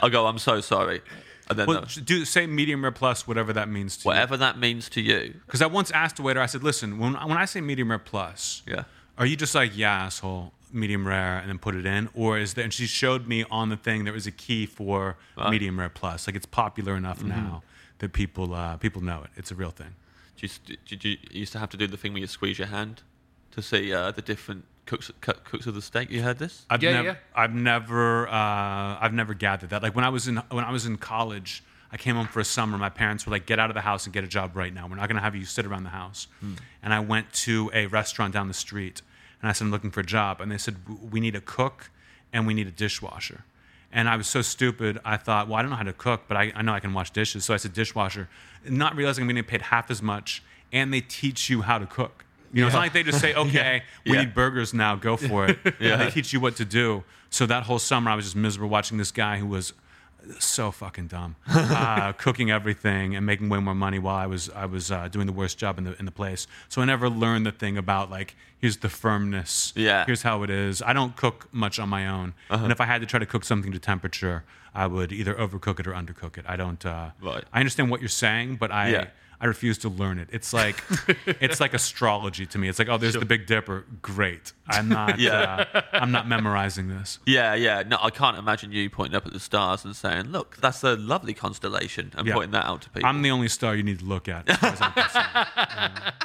Speaker 4: I'll go, I'm so sorry. And then
Speaker 5: Well,
Speaker 4: they'll-
Speaker 5: do say medium rare plus, whatever that means to you.
Speaker 4: whatever that means to you.
Speaker 5: Because I once asked a waiter, I said, listen, when, when I say medium rare plus,
Speaker 4: Yeah.
Speaker 5: are you just like, yeah, asshole, medium rare, and then put it in? Or is there, and she showed me on the thing there was a key for medium rare plus. Like it's popular enough
Speaker 3: Mm-hmm.
Speaker 5: now that people uh, people know it. It's a real thing.
Speaker 4: Do you, st- do you, you used to have to do the thing where you squeeze your hand to see uh, the different cooks, cu- cooks of the steak. You heard this?
Speaker 5: I've
Speaker 3: Yeah,
Speaker 5: never,
Speaker 3: yeah.
Speaker 5: I've never, uh, I've never gathered that. Like when I was in, when I was in college, I came home for a summer. My parents were like, "Get out of the house and get a job right now. We're not going to have you sit around the house."
Speaker 3: Hmm.
Speaker 5: And I went to a restaurant down the street, and I said, "I'm looking for a job," and they said, "W- "We need a cook, and we need a dishwasher." And I was so stupid. I thought, well, I don't know how to cook, but I, I know I can wash dishes. So I said dishwasher, not realizing I'm getting paid half as much, and they teach you how to cook. You know, it's not like they just say, okay, we
Speaker 4: Yeah.
Speaker 5: need burgers now, go for it. yeah. They teach you what to do. So that whole summer, I was just miserable watching this guy who was so fucking dumb, uh, cooking everything and making way more money while I was I was uh, doing the worst job in the in the place. So I never learned the thing about like here's the firmness,
Speaker 4: Yeah.
Speaker 5: here's how it is. I don't cook much on my own,
Speaker 4: Uh-huh.
Speaker 5: and if I had to try to cook something to temperature, I would either overcook it or undercook it. I don't. Uh,
Speaker 4: Right.
Speaker 5: I understand what you're saying, but I.
Speaker 4: Yeah.
Speaker 5: I refuse to learn it. It's like it's like astrology to me. It's like, oh, there's the Big Dipper. Great. I'm not.
Speaker 4: Yeah.
Speaker 5: uh, I'm not memorizing this.
Speaker 4: Yeah, yeah. No, I can't imagine you pointing up at the stars and saying, "Look, that's a lovely constellation," and
Speaker 5: Yeah.
Speaker 4: pointing that out to people.
Speaker 5: I'm the only star you need to look at. as far as I'm concerned.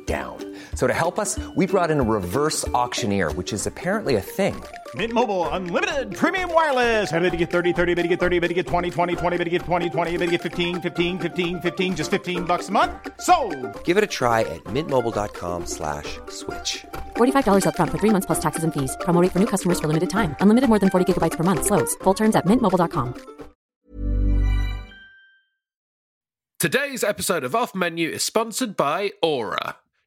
Speaker 7: down. So to help us, we brought in a reverse auctioneer, which is apparently a thing.
Speaker 8: Mint Mobile unlimited premium wireless. Ready to get 30, 30, bit to get 30, bit to get 20, 20, 20, bit to get 20, 20, bit to get 15, 15, 15, 15 just 15 bucks a month. So,
Speaker 7: Give it a try at mintmobile.com slash switch.
Speaker 9: $45 upfront for three months plus taxes and fees. Promo rate for new customers for limited time. Unlimited more than 40 gigabytes per month. Slows. Full terms at mintmobile.com.
Speaker 6: Today's episode of Off Menu is sponsored by Aura.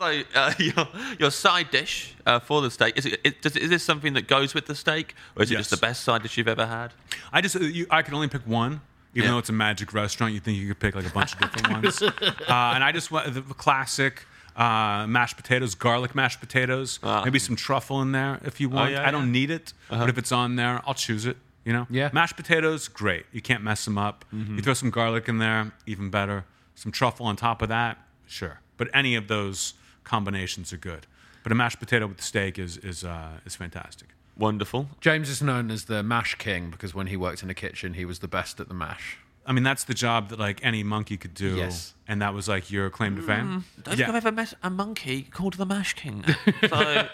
Speaker 4: So uh, your your side dish uh, for the steak is it, it, does, is this something that goes with the steak, or is it just the
Speaker 5: Yes.
Speaker 4: best side dish you've ever had?
Speaker 5: I just you, I could only pick one, even
Speaker 4: Yeah.
Speaker 5: though it's a magic restaurant. You think you could pick like a bunch of different ones, uh, and I just went the classic. Uh, mashed potatoes, garlic mashed potatoes, maybe some truffle in there if you want.
Speaker 4: Ah. Oh, yeah, Uh-huh.
Speaker 5: I don't need it, but if it's on there, I'll choose it. You know,
Speaker 3: Yeah.
Speaker 5: Mashed potatoes, great. You can't mess them up.
Speaker 4: Mm-hmm.
Speaker 5: You throw some garlic in there, even better. Some truffle on top of that, sure. But any of those combinations are good. But a mashed potato with steak is is uh, is fantastic.
Speaker 4: Wonderful.
Speaker 3: James is known as the mash king because when he worked in a kitchen, he was the best at the mash.
Speaker 5: I mean, that's the job that like any monkey could do.
Speaker 3: Yes.
Speaker 5: And that was like your claim to fame.
Speaker 4: I don't think I've ever met a monkey called the Mash King. So,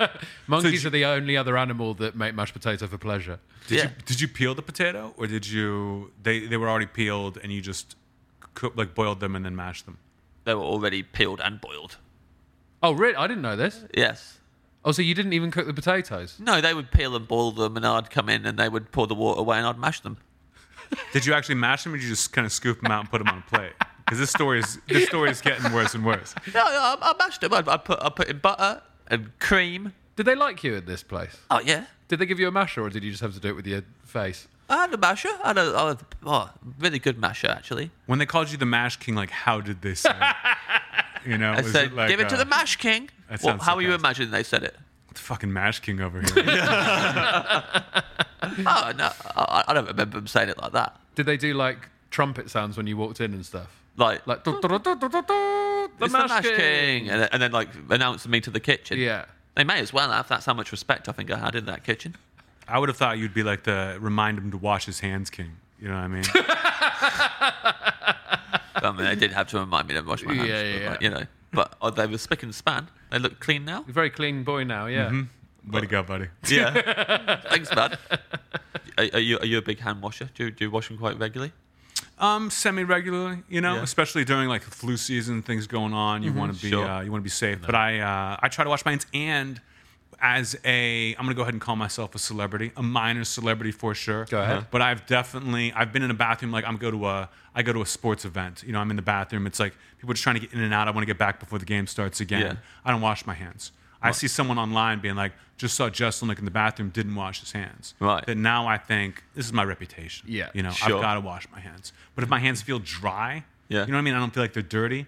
Speaker 3: Monkeys are the only other animal that make mashed potato for pleasure.
Speaker 5: Did
Speaker 4: yeah.
Speaker 5: you did you peel the potato or did you they they were already peeled and you just cook, like boiled them and then mashed them?
Speaker 4: they were already peeled and boiled.
Speaker 3: Oh, really? I didn't know this.
Speaker 4: Yes.
Speaker 3: Oh, so you didn't even cook the potatoes?
Speaker 4: No, they would peel and boil them, and I'd come in and they would pour the water away, and I'd mash them.
Speaker 5: Did you actually mash them or did you just kind of scoop them out and put them on a plate? Because this story is this story is getting worse and worse.
Speaker 4: No, I, I mashed them. I'd, I'd put I put in butter and cream.
Speaker 3: Did they like you at this place?
Speaker 4: Oh yeah.
Speaker 3: Did they give you a masher or did you just have to do it with your face?
Speaker 4: I had a masher. I had a, I had a oh, really good masher actually.
Speaker 5: When they called you the Mash King, like how did they say? It? You know,
Speaker 4: I
Speaker 5: was
Speaker 4: said,
Speaker 5: it like,
Speaker 4: "Give it to
Speaker 5: uh,
Speaker 4: the Mash King."
Speaker 5: That
Speaker 4: Well,
Speaker 5: sounds
Speaker 4: how are you
Speaker 5: sarcastic.
Speaker 4: imagining they said it?
Speaker 5: the fucking Mash King over here.
Speaker 4: Oh no, I, I don't remember them saying it like that.
Speaker 3: Did they do like trumpet sounds when you walked in and stuff?
Speaker 4: Like,
Speaker 3: Like, "Du- du- du- du- du- du- the
Speaker 4: it's the Mash King, And, then- and then like announcing me to the kitchen.
Speaker 3: Yeah.
Speaker 4: they may as well have. That's how much respect I think I had in that kitchen.
Speaker 5: I would have thought you'd be like the remind him to wash his hands King. You know what I mean?
Speaker 4: I mean, they did have to remind me to wash my hands.
Speaker 3: Yeah,
Speaker 4: but,
Speaker 3: yeah,
Speaker 4: like,
Speaker 3: yeah.
Speaker 4: you know, but oh, they were spick and span. They look clean now.
Speaker 3: Very clean boy now, yeah.
Speaker 4: Mm-hmm.
Speaker 5: Way to go, buddy.
Speaker 4: Yeah, thanks, man. Are, are you are you a big hand washer? Do you, do you wash them quite regularly?
Speaker 5: Um, semi regularly, you know,
Speaker 4: Yeah. Mm-hmm.
Speaker 5: especially during like flu season, things going on. You want to be
Speaker 4: Sure.
Speaker 5: uh, you want to be safe. But I uh, I try to wash my hands, and as a I'm gonna go ahead and call myself a celebrity, a minor celebrity for sure. Go
Speaker 3: ahead.
Speaker 5: But I've definitely I've been in a bathroom like I'm go to a I go to a sports event. You know, I'm in the bathroom. It's like people just trying to get in and out. I want to get back before the game starts again.
Speaker 4: Yeah.
Speaker 5: I don't wash my hands. I see someone online being like, just saw Justin like in the bathroom, didn't wash his hands.
Speaker 4: Right.
Speaker 5: That now I think this is my reputation.
Speaker 3: Yeah,
Speaker 5: You know,
Speaker 4: sure.
Speaker 5: I've got to wash my hands. But if my hands feel dry, you
Speaker 4: Yeah.
Speaker 5: know what I mean. I don't feel like they're dirty.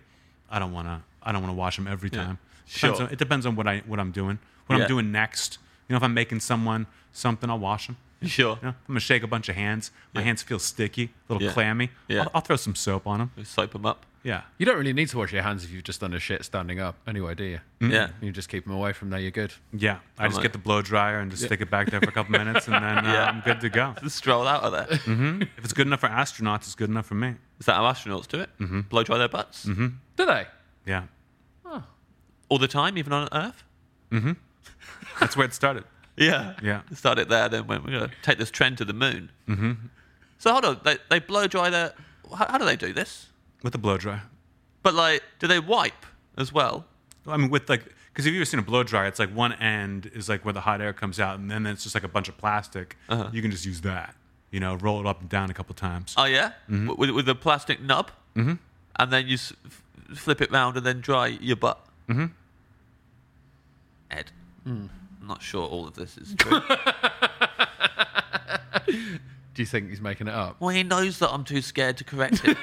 Speaker 5: I don't want to. I don't want to wash them every time. Depends
Speaker 4: Sure.
Speaker 5: on- it depends on what I what I'm doing. What
Speaker 4: Yeah.
Speaker 5: I'm doing next. You know, if I'm making someone something, I'll wash them.
Speaker 4: Sure.
Speaker 5: You know, I'm gonna shake a bunch of hands. My hands feel sticky, a little
Speaker 4: Yeah.
Speaker 5: clammy.
Speaker 4: Yeah.
Speaker 5: I'll, I'll throw some soap on them.
Speaker 4: Soap them up.
Speaker 5: Yeah.
Speaker 3: You don't really need to wash your hands if you've just done a shit standing up anyway, do you?
Speaker 4: Yeah.
Speaker 3: You just keep them away from there, you're good.
Speaker 5: Yeah. I just
Speaker 4: like-
Speaker 5: get the blow dryer and just stick it back there for a couple minutes, and then uh,
Speaker 4: Yeah.
Speaker 5: I'm good to go.
Speaker 4: Just stroll out of there.
Speaker 5: If it's good enough for astronauts, it's good enough for me.
Speaker 4: Is that how astronauts do it? Mm-hmm. Blow dry their butts
Speaker 3: Do they?
Speaker 5: Yeah.
Speaker 4: all the time, even on Earth.
Speaker 5: That's where it started.
Speaker 4: Yeah.
Speaker 5: Yeah.
Speaker 4: Start it there, then went, we're going to take this trend to the moon. Mm-hmm. So hold on, they, they blow dry their. How, how do they do this?
Speaker 5: With the blow dryer.
Speaker 4: But like, do they wipe as well?
Speaker 5: I mean, with like, because if you've ever seen a blow dryer, it's like one end is like where the hot air comes out, and then it's just like a bunch of plastic. You can just use that, you know, roll it up and down a couple times.
Speaker 4: Uh-huh. Oh yeah, W- with with a plastic nub, mm-hmm. and then you s- f- flip it round and then dry your butt. Mm-hmm. Ed, I'm not sure all of this is true.
Speaker 3: Do you think he's making it up?
Speaker 4: Well, he knows that I'm too scared to correct him.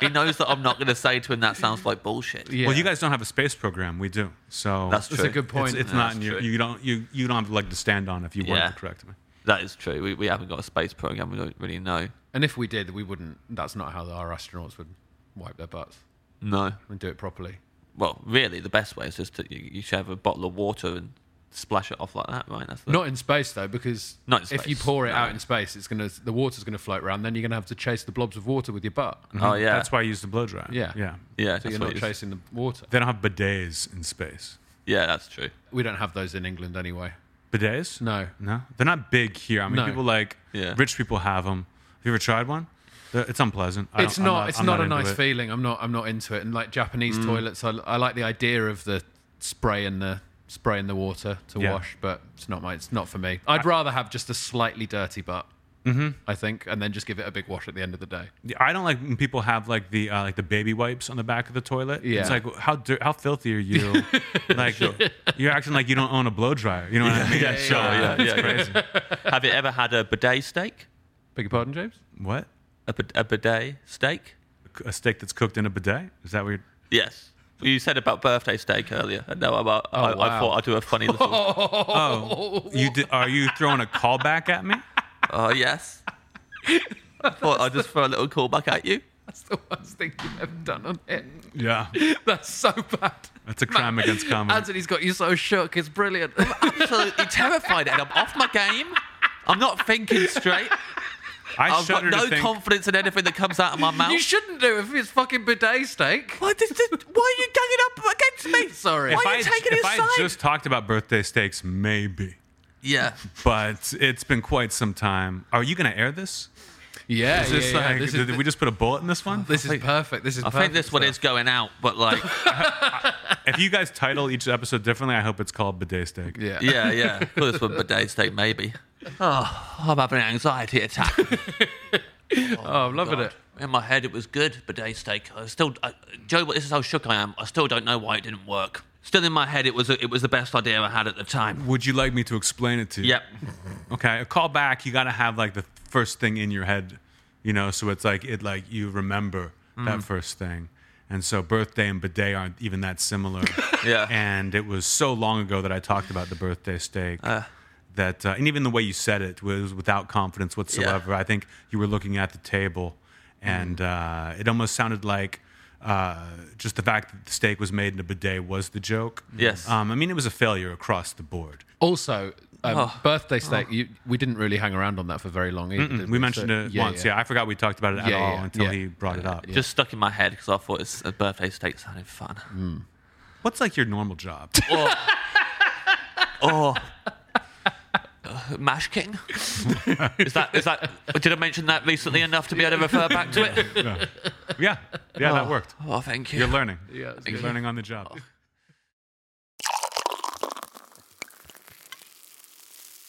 Speaker 4: he knows that I'm not going to say to him that sounds like bullshit.
Speaker 5: Well, you guys don't have a space program. We do. So
Speaker 4: That's That's a true. good
Speaker 5: It's-
Speaker 4: point.
Speaker 5: It's,
Speaker 4: Yeah,
Speaker 5: not
Speaker 4: that's
Speaker 5: in your,
Speaker 4: true.
Speaker 5: you don't you you don't have a leg to stand on if you wanted
Speaker 4: Yeah.
Speaker 5: to correct me.
Speaker 4: That is true. We, we haven't got a space program. We don't really know.
Speaker 3: And if we did, we wouldn't. That's not how our astronauts would wipe their butts
Speaker 4: No.
Speaker 3: and do it properly.
Speaker 4: Well, really, the best way is just to you, you should have a bottle of water and splash it off like that, right? That's the,
Speaker 3: Not in space though, because
Speaker 4: Not in
Speaker 3: if you
Speaker 4: space,
Speaker 3: pour it
Speaker 4: no.
Speaker 3: out in space, it's gonna the water's gonna float around. Then you're gonna have to chase the blobs of water with your butt.
Speaker 7: Mm-hmm.
Speaker 4: Oh yeah,
Speaker 5: That's why I use the blow dryer.
Speaker 3: Yeah.
Speaker 5: Yeah.
Speaker 4: yeah.
Speaker 3: So
Speaker 4: that's
Speaker 3: you're
Speaker 4: what
Speaker 3: not
Speaker 4: it is.
Speaker 3: chasing the water.
Speaker 5: They don't have bidets in space.
Speaker 4: Yeah, that's true.
Speaker 3: We don't have those in England anyway.
Speaker 5: Bidets?
Speaker 3: No.
Speaker 5: No. They're not big here. I mean,
Speaker 3: No.
Speaker 5: people like
Speaker 4: Yeah.
Speaker 5: rich people have them. Have you ever tried one? They're- It's unpleasant. I
Speaker 3: It's
Speaker 5: don't-
Speaker 3: not,
Speaker 5: I'm
Speaker 3: It's
Speaker 5: I'm
Speaker 3: not, a
Speaker 5: into
Speaker 3: nice
Speaker 5: it. Mm.
Speaker 3: feeling. I'm not. I'm not into it. And like Japanese toilets, I, I like the idea of the spray in the spray in the water to
Speaker 5: Yeah.
Speaker 3: wash, but it's not my. It's not for me. I'd rather have just a slightly dirty butt.
Speaker 5: Mm-hmm.
Speaker 3: I think, and then just give it a big wash at the end of the day.
Speaker 5: Yeah, I don't like when people have like the uh, like the baby wipes on the back of the toilet.
Speaker 3: Yeah.
Speaker 5: It's like how dir- how filthy are you? like you're acting like you don't own a blow dryer. You know what I mean?
Speaker 4: Yeah, sure. Yeah, yeah, yeah. Have you ever had a bidet steak?
Speaker 3: Beg your pardon, James.
Speaker 5: What?
Speaker 4: A, bid- a bidet steak?
Speaker 5: A steak that's cooked in a bidet? Is that weird?
Speaker 4: Yes. Well, You said about birthday steak earlier. And now I'm, I, I, I
Speaker 3: Oh, wow.
Speaker 4: thought I'd do a funny little. Oh,
Speaker 5: Oh, you di- are you throwing a callback at me?
Speaker 4: Oh, yes. I thought I'd just throw a little call back at you.
Speaker 3: That's the worst thing you've ever done on it.
Speaker 5: Yeah,
Speaker 3: That's so bad.
Speaker 5: that's a crime against comedy.
Speaker 3: Anthony's got you so shook. It's brilliant.
Speaker 4: Absolutely terrified, and I'm off my game. I'm not thinking straight.
Speaker 5: I
Speaker 4: I've got
Speaker 5: shudder to
Speaker 4: no
Speaker 5: think.
Speaker 4: confidence in anything that comes out of my mouth.
Speaker 3: you shouldn't do it if it's fucking bidet steak.
Speaker 4: Why, this, this, why are you ganging up against me?
Speaker 3: Sorry.
Speaker 4: Why
Speaker 5: if
Speaker 4: are
Speaker 5: I,
Speaker 4: you taking
Speaker 5: if
Speaker 4: his
Speaker 5: I
Speaker 4: side?
Speaker 5: just talked about birthday steaks, maybe,
Speaker 4: Yeah.
Speaker 5: but it's been quite some time. Are you going to air this?
Speaker 3: Yeah,
Speaker 5: Is this
Speaker 3: yeah, yeah.
Speaker 5: like
Speaker 3: This is
Speaker 5: did
Speaker 3: the-
Speaker 5: we just put a bullet in this one?
Speaker 3: This is perfect. This is.
Speaker 4: I think this one is going out, but like,
Speaker 5: if you guys title each episode differently, I hope it's called bidet steak.
Speaker 3: Yeah.
Speaker 4: yeah, yeah. Well, this one bidet steak, maybe. Oh, I'm having an anxiety attack.
Speaker 3: Oh, I'm loving it.
Speaker 4: In my head, it was good, bidet steak. I still, I, Joe, this is how shook I am. I still don't know why it didn't work. Still in my head, it was a, it was the best idea I had at the time.
Speaker 5: Would you like me to explain it to you?
Speaker 4: Yep.
Speaker 5: Okay. A callback, you got to have like the first thing in your head, you know, so it's like it like you remember
Speaker 4: Mm.
Speaker 5: that first thing. And so birthday and bidet aren't even that similar.
Speaker 4: Yeah.
Speaker 5: And it was so long ago that I talked about the birthday steak. that uh, and even the way you said it was without confidence whatsoever. I think you were looking at the table,
Speaker 4: Mm.
Speaker 5: and uh, it almost sounded like uh, just the fact that the steak was made in a bidet was the joke.
Speaker 4: Yes.
Speaker 5: Um, I mean, it was a failure across the board.
Speaker 3: Also, um,
Speaker 5: Oh.
Speaker 3: birthday steak. You, we didn't really hang around on that for very long either. did
Speaker 5: We mentioned it once. Yeah. I forgot we talked about it at
Speaker 3: Yeah,
Speaker 5: all
Speaker 3: yeah,
Speaker 5: until
Speaker 3: yeah.
Speaker 5: he brought it up.
Speaker 4: Just stuck in my head because I thought it's a birthday steak sounded fun.
Speaker 3: Mm.
Speaker 5: What's like your normal job?
Speaker 4: Oh. Uh, Mash King? is that is that did I mention that recently enough to be able to refer back to it?
Speaker 5: yeah, yeah, that worked.
Speaker 4: Oh, thank you.
Speaker 5: You're learning.
Speaker 3: Yeah, it's
Speaker 5: you're
Speaker 3: good.
Speaker 5: learning on the job.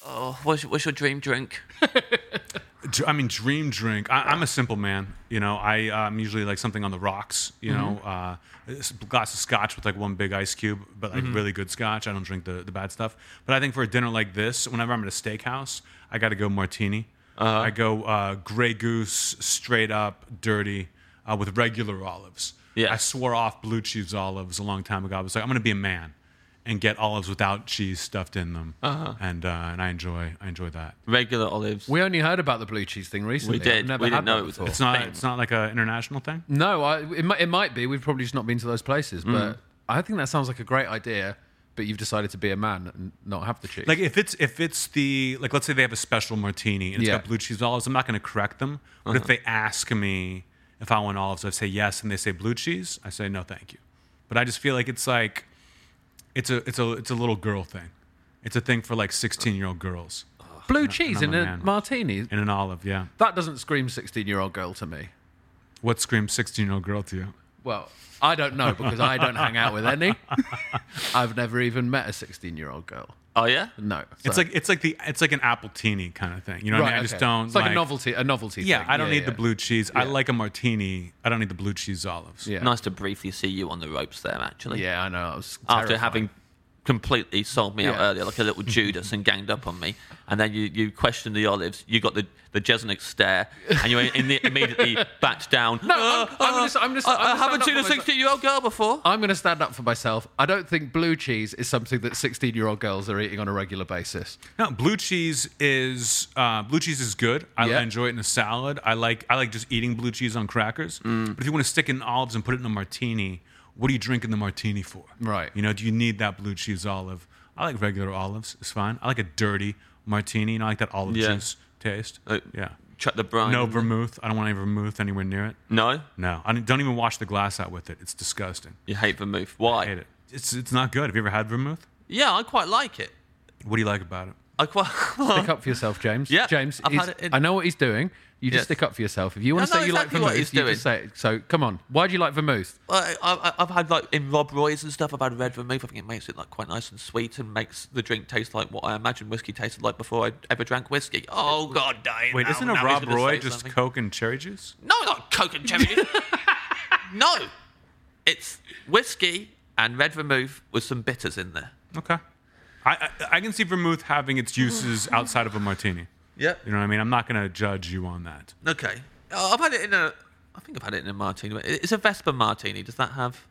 Speaker 4: Oh, what's, what's your dream drink?
Speaker 5: Dr- I mean, dream drink. I, I'm a simple man. You know, I um, usually like something on the rocks. You know, uh, a glass of scotch with like one big ice cube, but like really good scotch. I don't drink the, the bad stuff. But I think for a dinner like this, whenever I'm at a steakhouse, I got to go martini. I go uh, Grey Goose, straight up, dirty, uh, with regular olives.
Speaker 4: Yeah.
Speaker 5: I swore off blue cheese olives a long time ago. I was like, I'm gonna be a man and get olives without cheese stuffed in them. And uh, and I enjoy I enjoy that.
Speaker 4: Regular olives.
Speaker 3: We only heard about the blue cheese thing recently.
Speaker 4: did.
Speaker 3: I've never
Speaker 4: We didn't
Speaker 3: had
Speaker 4: know
Speaker 3: that
Speaker 4: it was-
Speaker 3: before.
Speaker 5: It's not it's not like a international thing.
Speaker 3: No, I, it, might, it might be. We've probably just not been to those places.
Speaker 5: Mm.
Speaker 3: But I think that sounds like a great idea. But you've decided to be a man and not have the cheese.
Speaker 5: Like if it's if it's the like let's say they have a special martini and it's
Speaker 3: Yeah. Uh-huh.
Speaker 5: got blue cheese olives, I'm not going to correct them. But if they ask me if I want olives, I say yes, and they say blue cheese, I say no, thank you. But I just feel like it's like it's a it's a it's a little girl thing. It's a thing for like 16 year old girls
Speaker 3: blue cheese
Speaker 5: I'm
Speaker 3: in
Speaker 5: a
Speaker 3: a
Speaker 5: man.
Speaker 3: martini.
Speaker 5: and an olive. Yeah,
Speaker 3: That doesn't scream sixteen-year-old girl to me.
Speaker 5: what screams 16 year old girl to you?
Speaker 3: Well, I don't know because I don't hang out with any. I've never even met a sixteen-year-old girl.
Speaker 4: Oh yeah.
Speaker 3: No,
Speaker 5: It's
Speaker 3: so-
Speaker 5: like it's like the it's like an appletini kind of thing. You know what I mean? I just
Speaker 3: okay.
Speaker 5: don't.
Speaker 3: It's like, a novelty, a novelty.
Speaker 5: Yeah,
Speaker 3: thing.
Speaker 5: I don't need the
Speaker 3: yeah.
Speaker 5: blue cheese. I like a martini. I don't need the blue cheese olives.
Speaker 3: Yeah.
Speaker 4: Nice to briefly see you on the ropes there, actually.
Speaker 3: Yeah, I know. I was
Speaker 4: After
Speaker 3: terrified.
Speaker 4: having completely sold me out earlier, like a little Judas, and ganged up on me. And then you, you questioned the olives. You got the, the Jeselnik stare, and you in the, immediately backed down.
Speaker 3: No, I'm- I'm gonna s- I'm gonna s-
Speaker 4: I,
Speaker 3: I'm gonna
Speaker 4: I haven't
Speaker 3: stand up
Speaker 4: seen
Speaker 3: for
Speaker 4: Uh, a
Speaker 3: myself.
Speaker 4: 16 year old girl before.
Speaker 3: I'm going to stand up for myself. I don't think blue cheese is something that 16 year old girls are eating on a regular basis.
Speaker 5: No, blue cheese is uh, blue cheese is good. I
Speaker 3: Yeah.
Speaker 5: enjoy it in a salad. I like I like just eating blue cheese on crackers. But if you want to stick it in olives and put it in a martini, what are you drinking the martini for?
Speaker 3: Right.
Speaker 5: You know, do you need that blue cheese olive? I like regular olives. It's fine. I like a dirty martini. You know, I like that olive
Speaker 4: Yeah.
Speaker 5: juice taste.
Speaker 4: Like,
Speaker 5: yeah.
Speaker 4: Chuck the brine.
Speaker 5: No vermouth. I don't want any vermouth anywhere near it.
Speaker 4: No?
Speaker 5: No. I don't don't even wash the glass out with it. It's disgusting.
Speaker 4: You hate vermouth.
Speaker 5: I
Speaker 4: Why?
Speaker 5: hate it. It's it's not good. Have you ever had vermouth?
Speaker 4: Yeah, I quite like it.
Speaker 5: What do you like about it?
Speaker 4: I quite.
Speaker 3: Stick up for yourself, James.
Speaker 4: Yeah,
Speaker 3: James.
Speaker 4: I've
Speaker 3: he's-
Speaker 4: had it in-
Speaker 3: I know what he's doing. You just
Speaker 4: Yes.
Speaker 3: stick up for yourself. If you
Speaker 4: I
Speaker 3: want to
Speaker 4: know
Speaker 3: say you
Speaker 4: exactly
Speaker 3: like
Speaker 4: what
Speaker 3: vermouth,
Speaker 4: he's
Speaker 3: you just say it. So come on. Why do you like vermouth?
Speaker 4: I, I, I've had like in Rob Roy's and stuff. I've had red vermouth. I think it makes it like quite nice and sweet and makes the drink taste like what I imagined whiskey tasted like before I ever drank whiskey. Oh God, dying.
Speaker 5: Wait,
Speaker 4: now,
Speaker 5: isn't
Speaker 4: now
Speaker 5: a
Speaker 4: he's
Speaker 5: Rob
Speaker 4: gonna
Speaker 5: Roy
Speaker 4: say
Speaker 5: just
Speaker 4: something.
Speaker 5: Coke and cherry juice?
Speaker 4: No, not Coke and cherry. juice. no, it's whiskey and red vermouth with some bitters in there.
Speaker 5: Okay. I, I I can see vermouth having its uses outside of a martini.
Speaker 4: Yeah.
Speaker 5: You know what I mean? I'm not going to judge you on that.
Speaker 4: Okay. Oh, I've had it in a. I think I've had it in a martini. It- It's a Vespa martini. Does that have?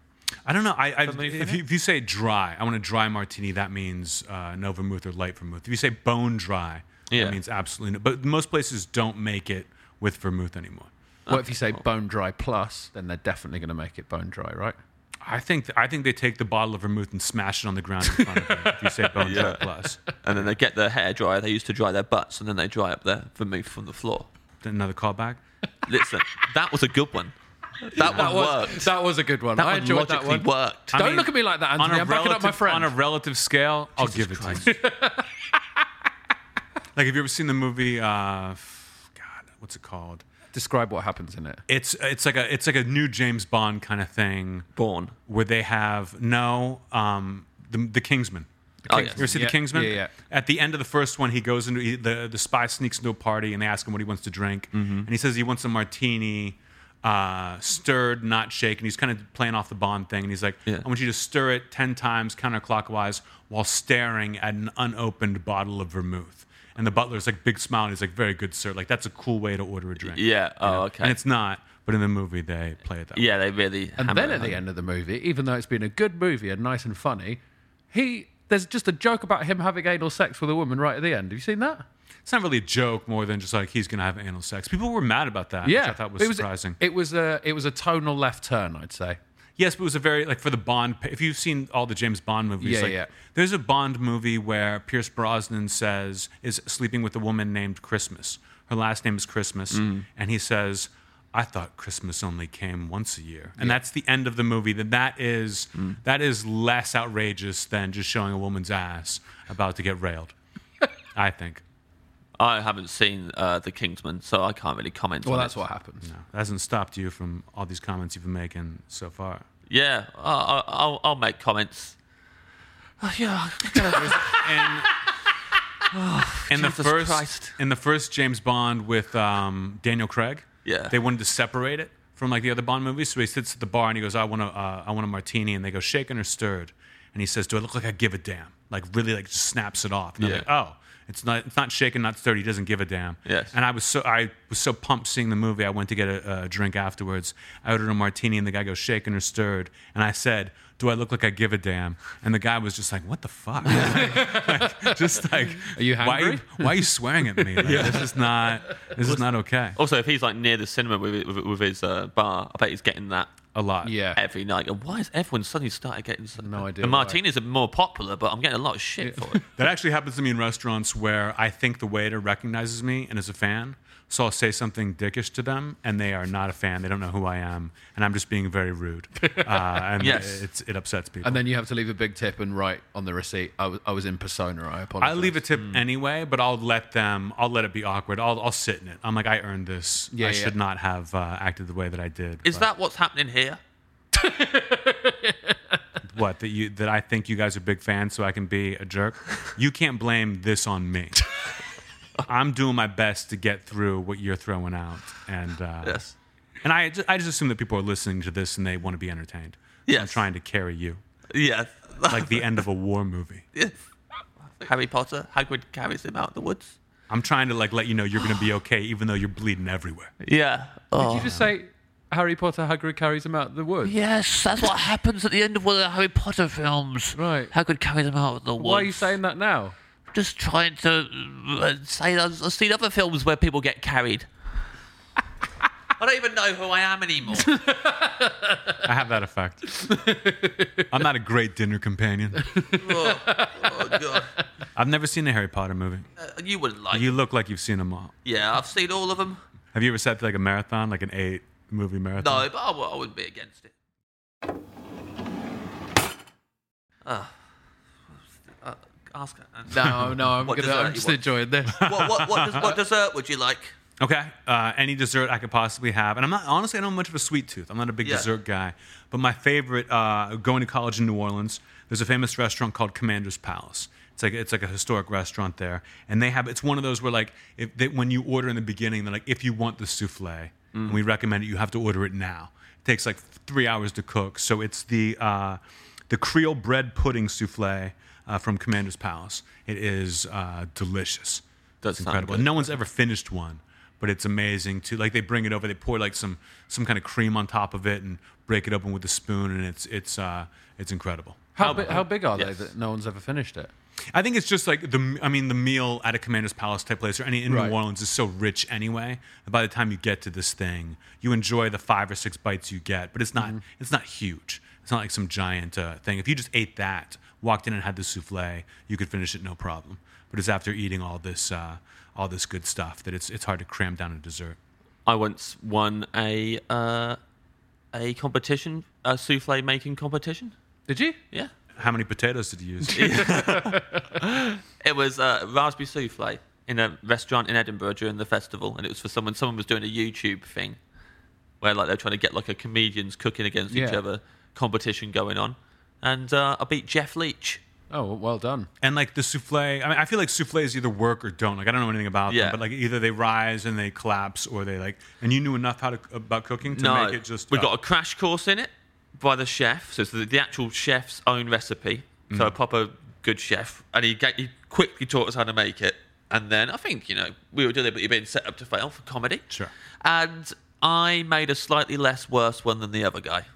Speaker 5: I don't know. I, I
Speaker 4: Vermouth in
Speaker 5: if, you, if you say dry, I want a dry martini. That means uh, no vermouth or light vermouth. If you say bone dry,
Speaker 4: Yeah.
Speaker 5: that means absolutely no. But most places don't make it with vermouth anymore.
Speaker 3: What if you say bone dry plus? Then they're definitely going to make it bone dry, right?
Speaker 5: I think I think they take the bottle of vermouth and smash it on the ground in front of you. if you say bone dry
Speaker 4: Yeah.
Speaker 5: plus,
Speaker 4: And then they get their hair dryer. They used to dry their butts, and then they dry up their vermouth from the floor.
Speaker 5: another callback.
Speaker 4: Listen, that was a good one. That one worked.
Speaker 3: That was a good one.
Speaker 4: That
Speaker 3: I
Speaker 4: one
Speaker 3: enjoyed that
Speaker 4: logically
Speaker 3: one.
Speaker 4: worked. I
Speaker 3: Don't
Speaker 5: mean,
Speaker 3: look at me like that,
Speaker 5: on
Speaker 3: Anthony.
Speaker 5: a
Speaker 3: I'm backing up my
Speaker 5: relative- On
Speaker 3: friend.
Speaker 5: a relative scale, I'll give it to you. like, have you ever seen the movie? Uh, f- God, what's it called?
Speaker 3: Describe what happens in it.
Speaker 5: It's it's like a it's like a new James Bond kind of thing
Speaker 4: Born.
Speaker 5: where they have no um the the Kingsman.
Speaker 4: Oh,
Speaker 5: You ever
Speaker 4: yes.
Speaker 5: see
Speaker 3: Yeah,
Speaker 5: the Kingsman?
Speaker 3: yeah, yeah.
Speaker 5: At the end of the first one, he goes into he, the the spy sneaks into a party and they ask him what he wants to drink,
Speaker 4: Mm-hmm.
Speaker 5: and he says he wants a martini, uh, stirred, not shaken. He's kind of playing off the Bond thing, and he's like,
Speaker 4: Yeah.
Speaker 5: "I want you to stir it ten times counterclockwise while staring at an unopened bottle of vermouth." And the butler's like big smile, and he's like, "Very good, sir. Like that's a cool way to order a drink."
Speaker 4: Yeah.
Speaker 5: you know?
Speaker 4: Oh, okay.
Speaker 5: And it's not, but in the movie they play it that. way.
Speaker 4: yeah, they really.
Speaker 3: And
Speaker 4: hammer
Speaker 3: then
Speaker 4: it
Speaker 3: at the
Speaker 4: home.
Speaker 3: end of the movie, even though it's been a good movie and nice and funny, he there's just a joke about him having anal sex with a woman right at the end. Have you seen that?
Speaker 5: it's not really a joke more than just like he's gonna have anal sex. People were mad about that. which I thought was,
Speaker 3: it was
Speaker 5: surprising.
Speaker 3: It was a it was a tonal left turn, I'd say.
Speaker 5: yes, but it was a very like for the Bond. If you've seen all the James Bond movies,
Speaker 3: Yeah,
Speaker 5: like,
Speaker 3: yeah.
Speaker 5: There's a Bond movie where Pierce Brosnan says is sleeping with a woman named Christmas. Her last name is Christmas,
Speaker 3: Mm.
Speaker 5: and he says. I thought Christmas only came once a year, and that's the end of the movie. That that is
Speaker 3: Mm.
Speaker 5: that is less outrageous than just showing a woman's ass about to get railed. I think
Speaker 4: I haven't seen uh, the Kingsman, so I can't really comment.
Speaker 3: Well,
Speaker 4: on
Speaker 3: that's
Speaker 4: it.
Speaker 3: what happens.
Speaker 5: that hasn't stopped you from all these comments you've been making so far.
Speaker 4: Yeah, I'll, I'll, I'll make comments. Oh, yeah,
Speaker 5: and in the
Speaker 4: Jesus
Speaker 5: first
Speaker 4: Christ.
Speaker 5: in the first James Bond with um, Daniel Craig,
Speaker 4: Yeah.
Speaker 5: they wanted to separate it from like the other Bond movies. So he sits at the bar and he goes, "I want a, uh, I want a martini," and they go, "Shaken or stirred?" And he says, "Do I look like I give a damn?" Like really, like just snaps it off. And they're
Speaker 4: Yeah.
Speaker 5: like, "Oh." It's not, it's not shaken, not stirred. He doesn't give a damn.
Speaker 4: Yes.
Speaker 5: And I was so I was so pumped seeing the movie. I went to get a, a drink afterwards. I ordered a martini, and the guy goes shaken or stirred. And I said, "Do I look like I give a damn?" And the guy was just like, "What the fuck?" just like
Speaker 3: Are you
Speaker 5: why
Speaker 3: hungry?
Speaker 5: why are you swearing at me Like, this is not this is not okay
Speaker 4: Also, if he's like near the cinema with with, with his uh, bar, I bet he's getting that
Speaker 5: a lot
Speaker 3: Yeah.
Speaker 4: every night. And Why has everyone suddenly started getting some?
Speaker 3: No idea
Speaker 4: The
Speaker 3: why.
Speaker 4: martinis are more popular, but I'm getting a lot of shit for it.
Speaker 5: that actually happens to me in restaurants where i think the waiter recognizes me and is a fan so i'll say something dickish to them and they are not a fan they don't know who i am and i'm just being very rude uh, and
Speaker 4: Yes.
Speaker 5: it's, it upsets people
Speaker 3: And then you have to leave a big tip and write on the receipt, I was, I was in persona, I apologize.
Speaker 5: I leave a tip
Speaker 3: Mm.
Speaker 5: anyway, but I'll let them. I'll let it be awkward. I'll, I'll sit in it. I'm like, I earned this.
Speaker 3: Yeah,
Speaker 5: I
Speaker 3: yeah.
Speaker 5: should not have uh, acted the way that I did.
Speaker 4: Is
Speaker 5: but-
Speaker 4: that what's happening here?
Speaker 5: what that you that I think you guys are big fans, so I can be a jerk. You can't blame this on me. I'm doing my best to get through what you're throwing out, and uh,
Speaker 4: Yes.
Speaker 5: and I just, I just assume that people are listening to this and they want to be entertained. So I'm
Speaker 4: Yes.
Speaker 5: trying to carry you.
Speaker 4: Yeah,
Speaker 5: like the end of a war movie.
Speaker 4: Harry Potter, Hagrid carries him out the woods.
Speaker 5: I'm trying to like let you know you're gonna be okay, even though you're bleeding everywhere.
Speaker 4: Yeah.
Speaker 3: Did you just say Harry Potter Hagrid carries him out of the woods?
Speaker 4: Yes, that's what happens at the end of one of the Harry Potter films.
Speaker 3: Right.
Speaker 4: Hagrid carries him out of the woods.
Speaker 3: Why are you saying that now?
Speaker 4: Just trying to uh, say that I've seen other films where people get carried. I don't even know who I am anymore.
Speaker 5: I have that effect. I'm not a great dinner companion.
Speaker 4: oh, oh, God.
Speaker 5: I've never seen a Harry Potter movie.
Speaker 4: Uh, you wouldn't like
Speaker 5: You look like you've seen them all.
Speaker 4: Yeah, I've seen all of them.
Speaker 5: Have you ever sat through like a marathon, like an eight movie marathon?
Speaker 4: No, but I w- I wouldn't be against it. Uh, uh, ask her.
Speaker 3: No, no, I'm,
Speaker 4: What
Speaker 3: gonna,
Speaker 4: dessert
Speaker 3: I'm
Speaker 4: you
Speaker 3: just
Speaker 4: want?
Speaker 3: enjoying this.
Speaker 4: What, what, what, des- what dessert would you like?
Speaker 5: Okay. Uh, any dessert I could possibly have, and I'm not honestly I don't have much of a sweet tooth. I'm not a big
Speaker 4: Yeah.
Speaker 5: dessert guy, but my favorite uh, going to college in New Orleans. There's a famous restaurant called Commander's Palace. It's like it's like a historic restaurant there, and they have it's one of those where like if they, when you order in the beginning, they're like if you want the souffle, and we recommend it, you have to order it now. It takes like three hours to cook, so it's the uh, the Creole bread pudding souffle uh, from Commander's Palace. It is uh, delicious.
Speaker 4: Does
Speaker 5: It's
Speaker 4: sound
Speaker 5: incredible.
Speaker 4: good.
Speaker 5: No one's ever finished one, but it's amazing too. Like they bring it over, they pour like some some kind of cream on top of it and break it open with a spoon, and it's it's uh it's incredible.
Speaker 3: How, bi- how big are
Speaker 4: Yes.
Speaker 3: they that no one's ever finished it?
Speaker 5: I think it's just like the I mean the meal at a commander's palace type place or any in
Speaker 3: Right.
Speaker 5: New Orleans is so rich anyway. that By the time you get to this thing, you enjoy the five or six bites you get, but it's not it's not huge. It's not like some giant uh, thing. If you just ate that, walked in and had the souffle, you could finish it no problem. But it's after eating all this uh, all this good stuff that it's it's hard to cram down a dessert.
Speaker 4: I once won a uh, a competition, a souffle making competition.
Speaker 3: Did you?
Speaker 4: Yeah,
Speaker 5: How many potatoes did you use?
Speaker 4: it was uh, raspberry souffle in a restaurant in Edinburgh during the festival, and it was for someone. Someone was doing a YouTube thing where like they're trying to get like a comedians cooking against each
Speaker 3: Yeah.
Speaker 4: other competition going on, and uh, I beat Jeff Leach.
Speaker 3: Oh, well, well done.
Speaker 5: And like the souffle, I mean, I feel like souffles either work or don't. Like I don't know anything about
Speaker 4: Yeah.
Speaker 5: them, but like either they rise and they collapse, or they like. And you knew enough how to about cooking to
Speaker 4: no,
Speaker 5: make it just.
Speaker 4: we
Speaker 5: oh.
Speaker 4: got a crash course in it by the chef. So it's the, the actual chef's own recipe.
Speaker 5: Mm.
Speaker 4: So a proper good chef, and he, ga- he quickly taught us how to make it. And then I think you know we were deliberately being set up to fail for comedy.
Speaker 5: Sure.
Speaker 4: And I made a slightly less worse one than the other guy,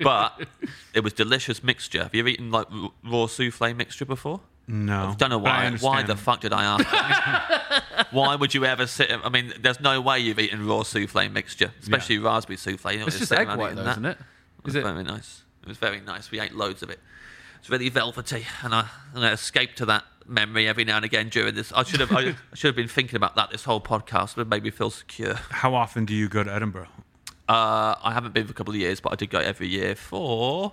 Speaker 4: but it was delicious mixture. Have you ever eaten like r- raw souffle mixture before?
Speaker 5: no.
Speaker 4: Don't know
Speaker 5: but I
Speaker 4: why. Why the
Speaker 5: understand.
Speaker 4: fuck did I ask? that? why would you ever sit? I mean, there's no way you've eaten raw souffle mixture, especially raspberry souffle. You're not
Speaker 3: It's
Speaker 4: gonna
Speaker 3: just
Speaker 4: sit
Speaker 3: egg
Speaker 4: around
Speaker 3: white,
Speaker 4: eating
Speaker 3: though,
Speaker 4: that.
Speaker 3: isn't it?
Speaker 4: It was
Speaker 3: Is it?
Speaker 4: very nice. It was very nice. We ate loads of it. It's really velvety, and I, and I escape to that memory every now and again during this. I should have. I, should have been thinking about that this whole podcast. It made me feel secure.
Speaker 5: How often do you go to Edinburgh?
Speaker 4: Uh, I haven't been for a couple of years, but I did go every year for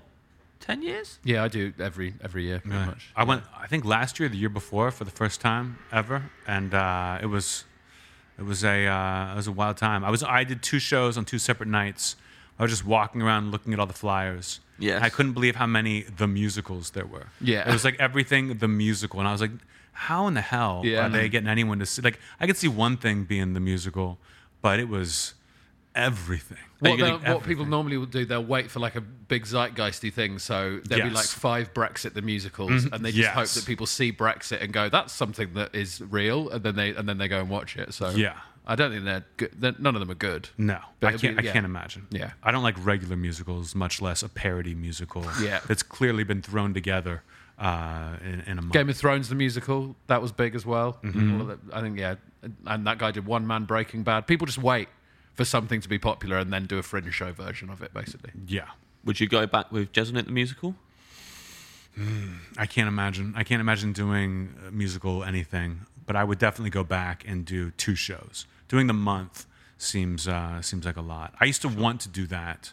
Speaker 4: ten years.
Speaker 3: Yeah, I do every every year, pretty
Speaker 5: Right.
Speaker 3: much.
Speaker 5: I went. I think last year, the year before, for the first time ever, and uh, it was, it was a, uh, it was a wild time. I was. I did two shows on two separate nights. I was just walking around looking at all the flyers.
Speaker 4: Yes.
Speaker 5: I couldn't believe how many the musicals there were.
Speaker 3: Yeah.
Speaker 5: It was like everything the musical, and I was like, how in the hell
Speaker 3: Yeah.
Speaker 5: are they getting anyone to see? Like, I could see one thing being the musical, but it was everything.
Speaker 3: What,
Speaker 4: gonna-
Speaker 3: they'll- what people
Speaker 5: everything.
Speaker 3: normally will do, they'll wait for like a big zeitgeisty thing. So there'll be
Speaker 5: Yes. Mm-hmm.
Speaker 3: like five Brexit the musicals, and they just hope
Speaker 5: yes.
Speaker 3: that people see Brexit and go, "That's something that is real," and then they and then they go and watch it. So
Speaker 5: Yeah.
Speaker 3: I don't think they're good. They're, none of them are good.
Speaker 5: No,
Speaker 3: But
Speaker 5: I
Speaker 3: it'd be-
Speaker 5: can't. I
Speaker 3: yeah.
Speaker 5: can't imagine.
Speaker 3: Yeah.
Speaker 5: I don't like regular musicals, much less a parody musical.
Speaker 3: Yeah.
Speaker 5: that's clearly been thrown together uh, in, in a month.
Speaker 3: Game of Thrones the musical that was big as well.
Speaker 5: Mm-hmm.
Speaker 3: All of the- I think yeah, and that guy did one man Breaking Bad. People just wait for something to be popular and then do a fringe show version of it, basically.
Speaker 5: yeah,
Speaker 4: Would you go back with Jesuit the musical?
Speaker 5: I can't imagine. I can't imagine doing a musical anything. But I would definitely go back and do two shows. Doing the month seems uh, seems like a lot. I used to want to do that,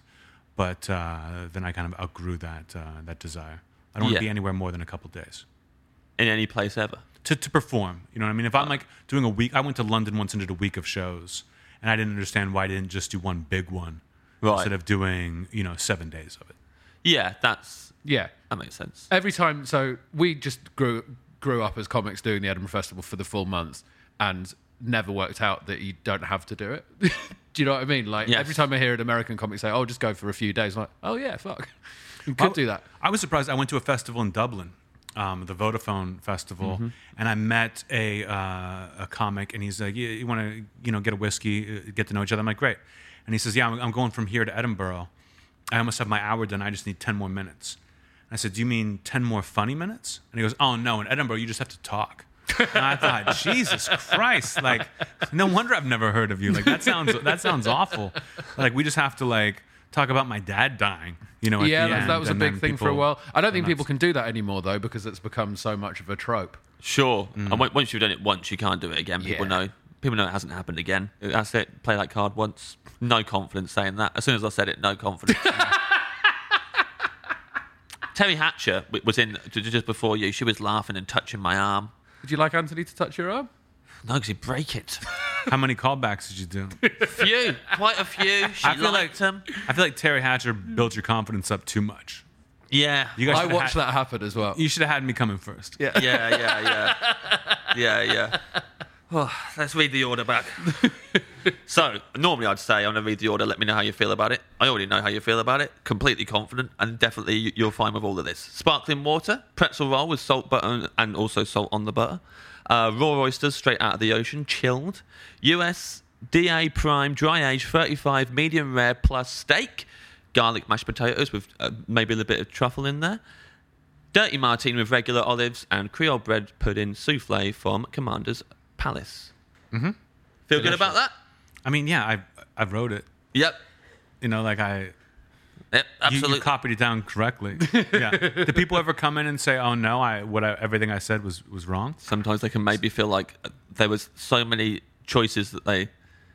Speaker 5: but uh, then I kind of outgrew that uh, that desire. I don't want
Speaker 4: Yeah.
Speaker 5: to be anywhere more than a couple days.
Speaker 4: In any place ever?
Speaker 5: to, to perform. You know what I mean? If I'm like doing a week, I went to London once and did a week of shows, and I didn't understand why I didn't just do one big one
Speaker 4: Right.
Speaker 5: instead of doing you know seven days of it.
Speaker 4: Yeah, that's
Speaker 3: Yeah.
Speaker 4: that makes sense.
Speaker 3: every time so we just grew grew up as comics doing the Edinburgh Festival for the full month and never worked out that you don't have to do it. do you know what I mean? Like
Speaker 4: Yes.
Speaker 3: every time I hear an American comic say, "Oh, just go for a few days," I'm like, "Oh yeah, fuck." You could do that.
Speaker 5: I was surprised. I went to a festival in Dublin, um, the Vodafone Festival,
Speaker 3: Mm-hmm.
Speaker 5: and I met a uh, a comic, and he's like, "You, you want to, you know, get a whiskey, uh, get to know each other." I'm like, "Great," and he says, "Yeah, I'm, I'm going from here to Edinburgh. I almost have my hour done. I just need ten more minutes." And I said, "Do you mean ten more funny minutes?" And he goes, "Oh no, in Edinburgh you just have to talk." and I thought, Jesus Christ! Like, no wonder I've never heard of you. Like, that sounds that sounds awful. Like, we just have to like talk about my dad dying. You know? at
Speaker 3: yeah,
Speaker 5: the
Speaker 3: that, that
Speaker 5: end,
Speaker 3: was a
Speaker 5: and
Speaker 3: big
Speaker 5: then
Speaker 3: thing for a
Speaker 5: people-
Speaker 3: while. I don't
Speaker 5: and
Speaker 3: think people
Speaker 5: that's-
Speaker 3: can do that anymore though, because it's become so much of a trope.
Speaker 4: Sure. And on- once you've done it once, you can't do it again. People
Speaker 3: Yeah.
Speaker 4: know. People know it hasn't happened again. That's it. Play that card once. No confidence saying that. As soon as I said it, no confidence. Terry Hatcher w- was in j- j- just before you. She was laughing and touching my arm.
Speaker 3: Would you like Anthony to touch your arm?
Speaker 4: No, because he'd break it.
Speaker 5: How many callbacks did you do?
Speaker 4: few, quite a few. She
Speaker 5: I feel
Speaker 4: liked
Speaker 5: like-
Speaker 4: him.
Speaker 5: I feel like Terry Hatcher built your confidence up too much.
Speaker 4: Yeah.
Speaker 5: You guys
Speaker 3: I
Speaker 5: should've
Speaker 3: watched
Speaker 5: had-
Speaker 3: that happen as well.
Speaker 5: You should have had me coming first. Yeah.
Speaker 4: yeah, yeah, yeah, yeah, yeah. Oh, let's read the order back. so normally I'd say I'm gonna read the order. Let me know how you feel about it. I already know how you feel about it. Completely confident, and definitely you- you're fine with all of this. Sparkling water, pretzel roll with salt butter and also salt on the butter. Uh, raw oysters straight out of the ocean, chilled. U.S. DA Prime dry age 35 medium rare plus steak. Garlic mashed potatoes with uh, maybe a little bit of truffle in there. Dirty martini with regular olives and Creole bread pudding souffle from Commander's Palace. Mm-hmm. Feel good about that?
Speaker 5: I mean, yeah, I I wrote it.
Speaker 4: Yep.
Speaker 5: You know, like I
Speaker 4: Yep.
Speaker 5: you-
Speaker 4: Absolutely.
Speaker 5: you copied it down correctly. Yeah. Did people ever come in and say, "Oh no, I what I, everything I said was was wrong"?
Speaker 4: Sometimes they can maybe feel like uh, there was so many choices that they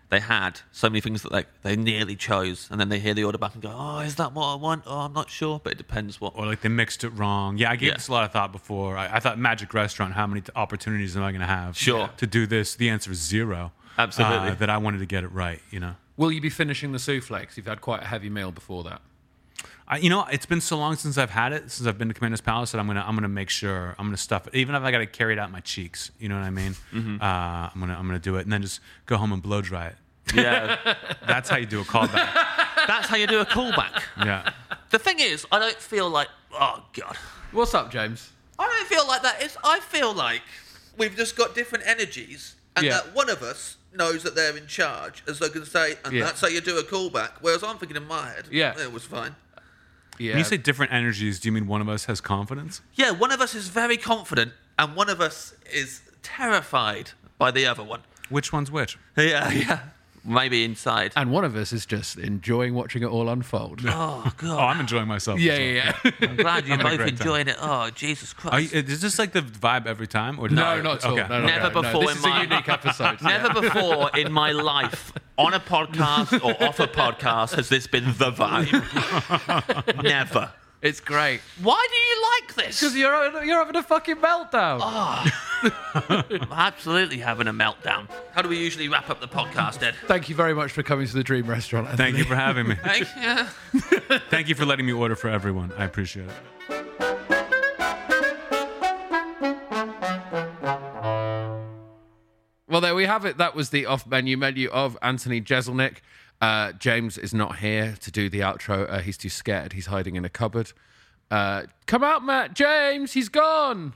Speaker 4: they had, so many things that like they nearly chose, and then they hear the order back and go, "Oh, is that what I want? Oh, I'm not sure." But it depends what.
Speaker 5: Or like they mixed it wrong. Yeah, I gave
Speaker 4: Yeah.
Speaker 5: this a lot of thought before. I, I thought Magic Restaurant. How many t- opportunities am I going to have?
Speaker 4: Sure.
Speaker 5: To do this, the answer is zero.
Speaker 4: Absolutely.
Speaker 5: Uh, that I wanted to get it right. You know.
Speaker 3: Will you be finishing the souffle? 'Cause you've had quite a heavy meal before that.
Speaker 5: I, you know, it's been so long since I've had it, since I've been to Commander's Palace, that I'm gonna, I'm gonna make sure I'm gonna stuff it, even if I gotta carry it out my cheeks. You know what I mean?
Speaker 3: Mm-hmm.
Speaker 5: Uh, I'm gonna, I'm gonna do it, and then just go home and blow dry it.
Speaker 4: Yeah,
Speaker 5: That's how you do a callback.
Speaker 4: that's how you do a callback.
Speaker 5: yeah.
Speaker 4: The thing is, I don't feel like. Oh God.
Speaker 3: What's up, James?
Speaker 4: I don't feel like that. It's, I feel like we've just got different energies, and
Speaker 3: Yeah.
Speaker 4: that one of us knows that they're in charge, as they can say, and
Speaker 3: Yeah.
Speaker 4: that's how you do a callback. Whereas I'm thinking in my head,
Speaker 3: Yeah.
Speaker 4: it was fine.
Speaker 3: Yeah.
Speaker 5: When you say different energies, do you mean one of us has confidence?
Speaker 4: Yeah, one of us is very confident, and one of us is terrified by the other one.
Speaker 5: Which one's which?
Speaker 4: Yeah, yeah. Maybe inside.
Speaker 3: and one of us is just enjoying watching it all unfold.
Speaker 4: Oh
Speaker 5: Oh,
Speaker 4: God!
Speaker 5: I'm enjoying myself.
Speaker 3: yeah,
Speaker 5: as well.
Speaker 3: yeah, yeah.
Speaker 4: I'm glad you're
Speaker 5: having a great
Speaker 4: both
Speaker 5: time.
Speaker 4: enjoying it. Oh Jesus
Speaker 5: Are you,
Speaker 4: Christ!
Speaker 5: is this like the vibe every time, or did
Speaker 3: No,
Speaker 5: I-
Speaker 3: not at all.
Speaker 5: Okay.
Speaker 3: No, no,
Speaker 4: Never
Speaker 3: no, no.
Speaker 4: before
Speaker 3: This
Speaker 4: in
Speaker 3: is a
Speaker 4: my-
Speaker 3: unique episode.
Speaker 4: Never before in my life, on a podcast or off a podcast, has this been the vibe. Never.
Speaker 3: It's great.
Speaker 4: Why do you like this?
Speaker 3: Because you're you're having a fucking meltdown.
Speaker 4: I'm absolutely having a meltdown. How do we usually wrap up the podcast, Ed?
Speaker 3: Thank you very much for coming to the Dream Restaurant. Anthony.
Speaker 5: Thank you for having me.
Speaker 4: Hey, yeah.
Speaker 5: Thank you for letting me order for everyone. I appreciate it.
Speaker 3: Well, there we have it. That was the off menu menu of Anthony Jeselnik. Uh, James is not here to do the outro. Uh, he's too scared. He's hiding in a cupboard. Uh, come out, Matt. James, he's gone.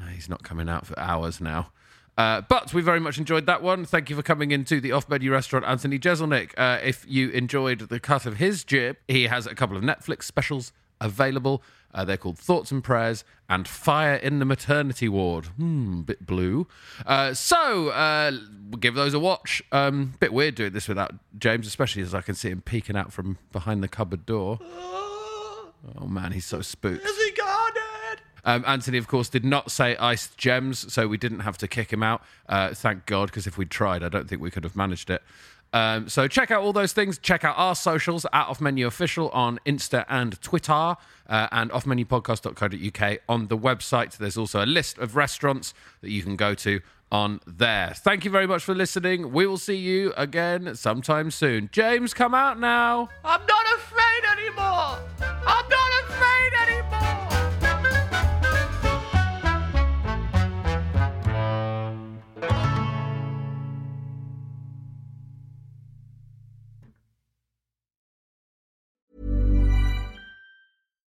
Speaker 3: Uh, he's not coming out for hours now. Uh, but we very much enjoyed that one. Thank you for coming into the off menu restaurant, Anthony Jeselnik. Uh, if you enjoyed the cut of his jib, he has a couple of Netflix specials available. Uh, they're called Thoughts and Prayers and Fire in the Maternity Ward. Hmm, bit blue. Uh, so uh, we'll give those a watch. Um, bit weird doing this without James, especially as I can see him peeking out from behind the cupboard door. Oh man, he's so spooked.
Speaker 4: Is he gone, Ed?
Speaker 3: Um, Anthony, of course, did not say iced gems, so we didn't have to kick him out. Uh, thank God, because if we'd tried, I don't think we could have managed it. Um, so check out all those things. Check out our socials at Off Menu Official on Insta and Twitter, uh, and offmenupodcast.co.uk on the website. There's also a list of restaurants that you can go to on there. Thank you very much for listening. We will see you again sometime soon. James, come out now.
Speaker 4: I'm not afraid anymore. I'm not afraid anymore.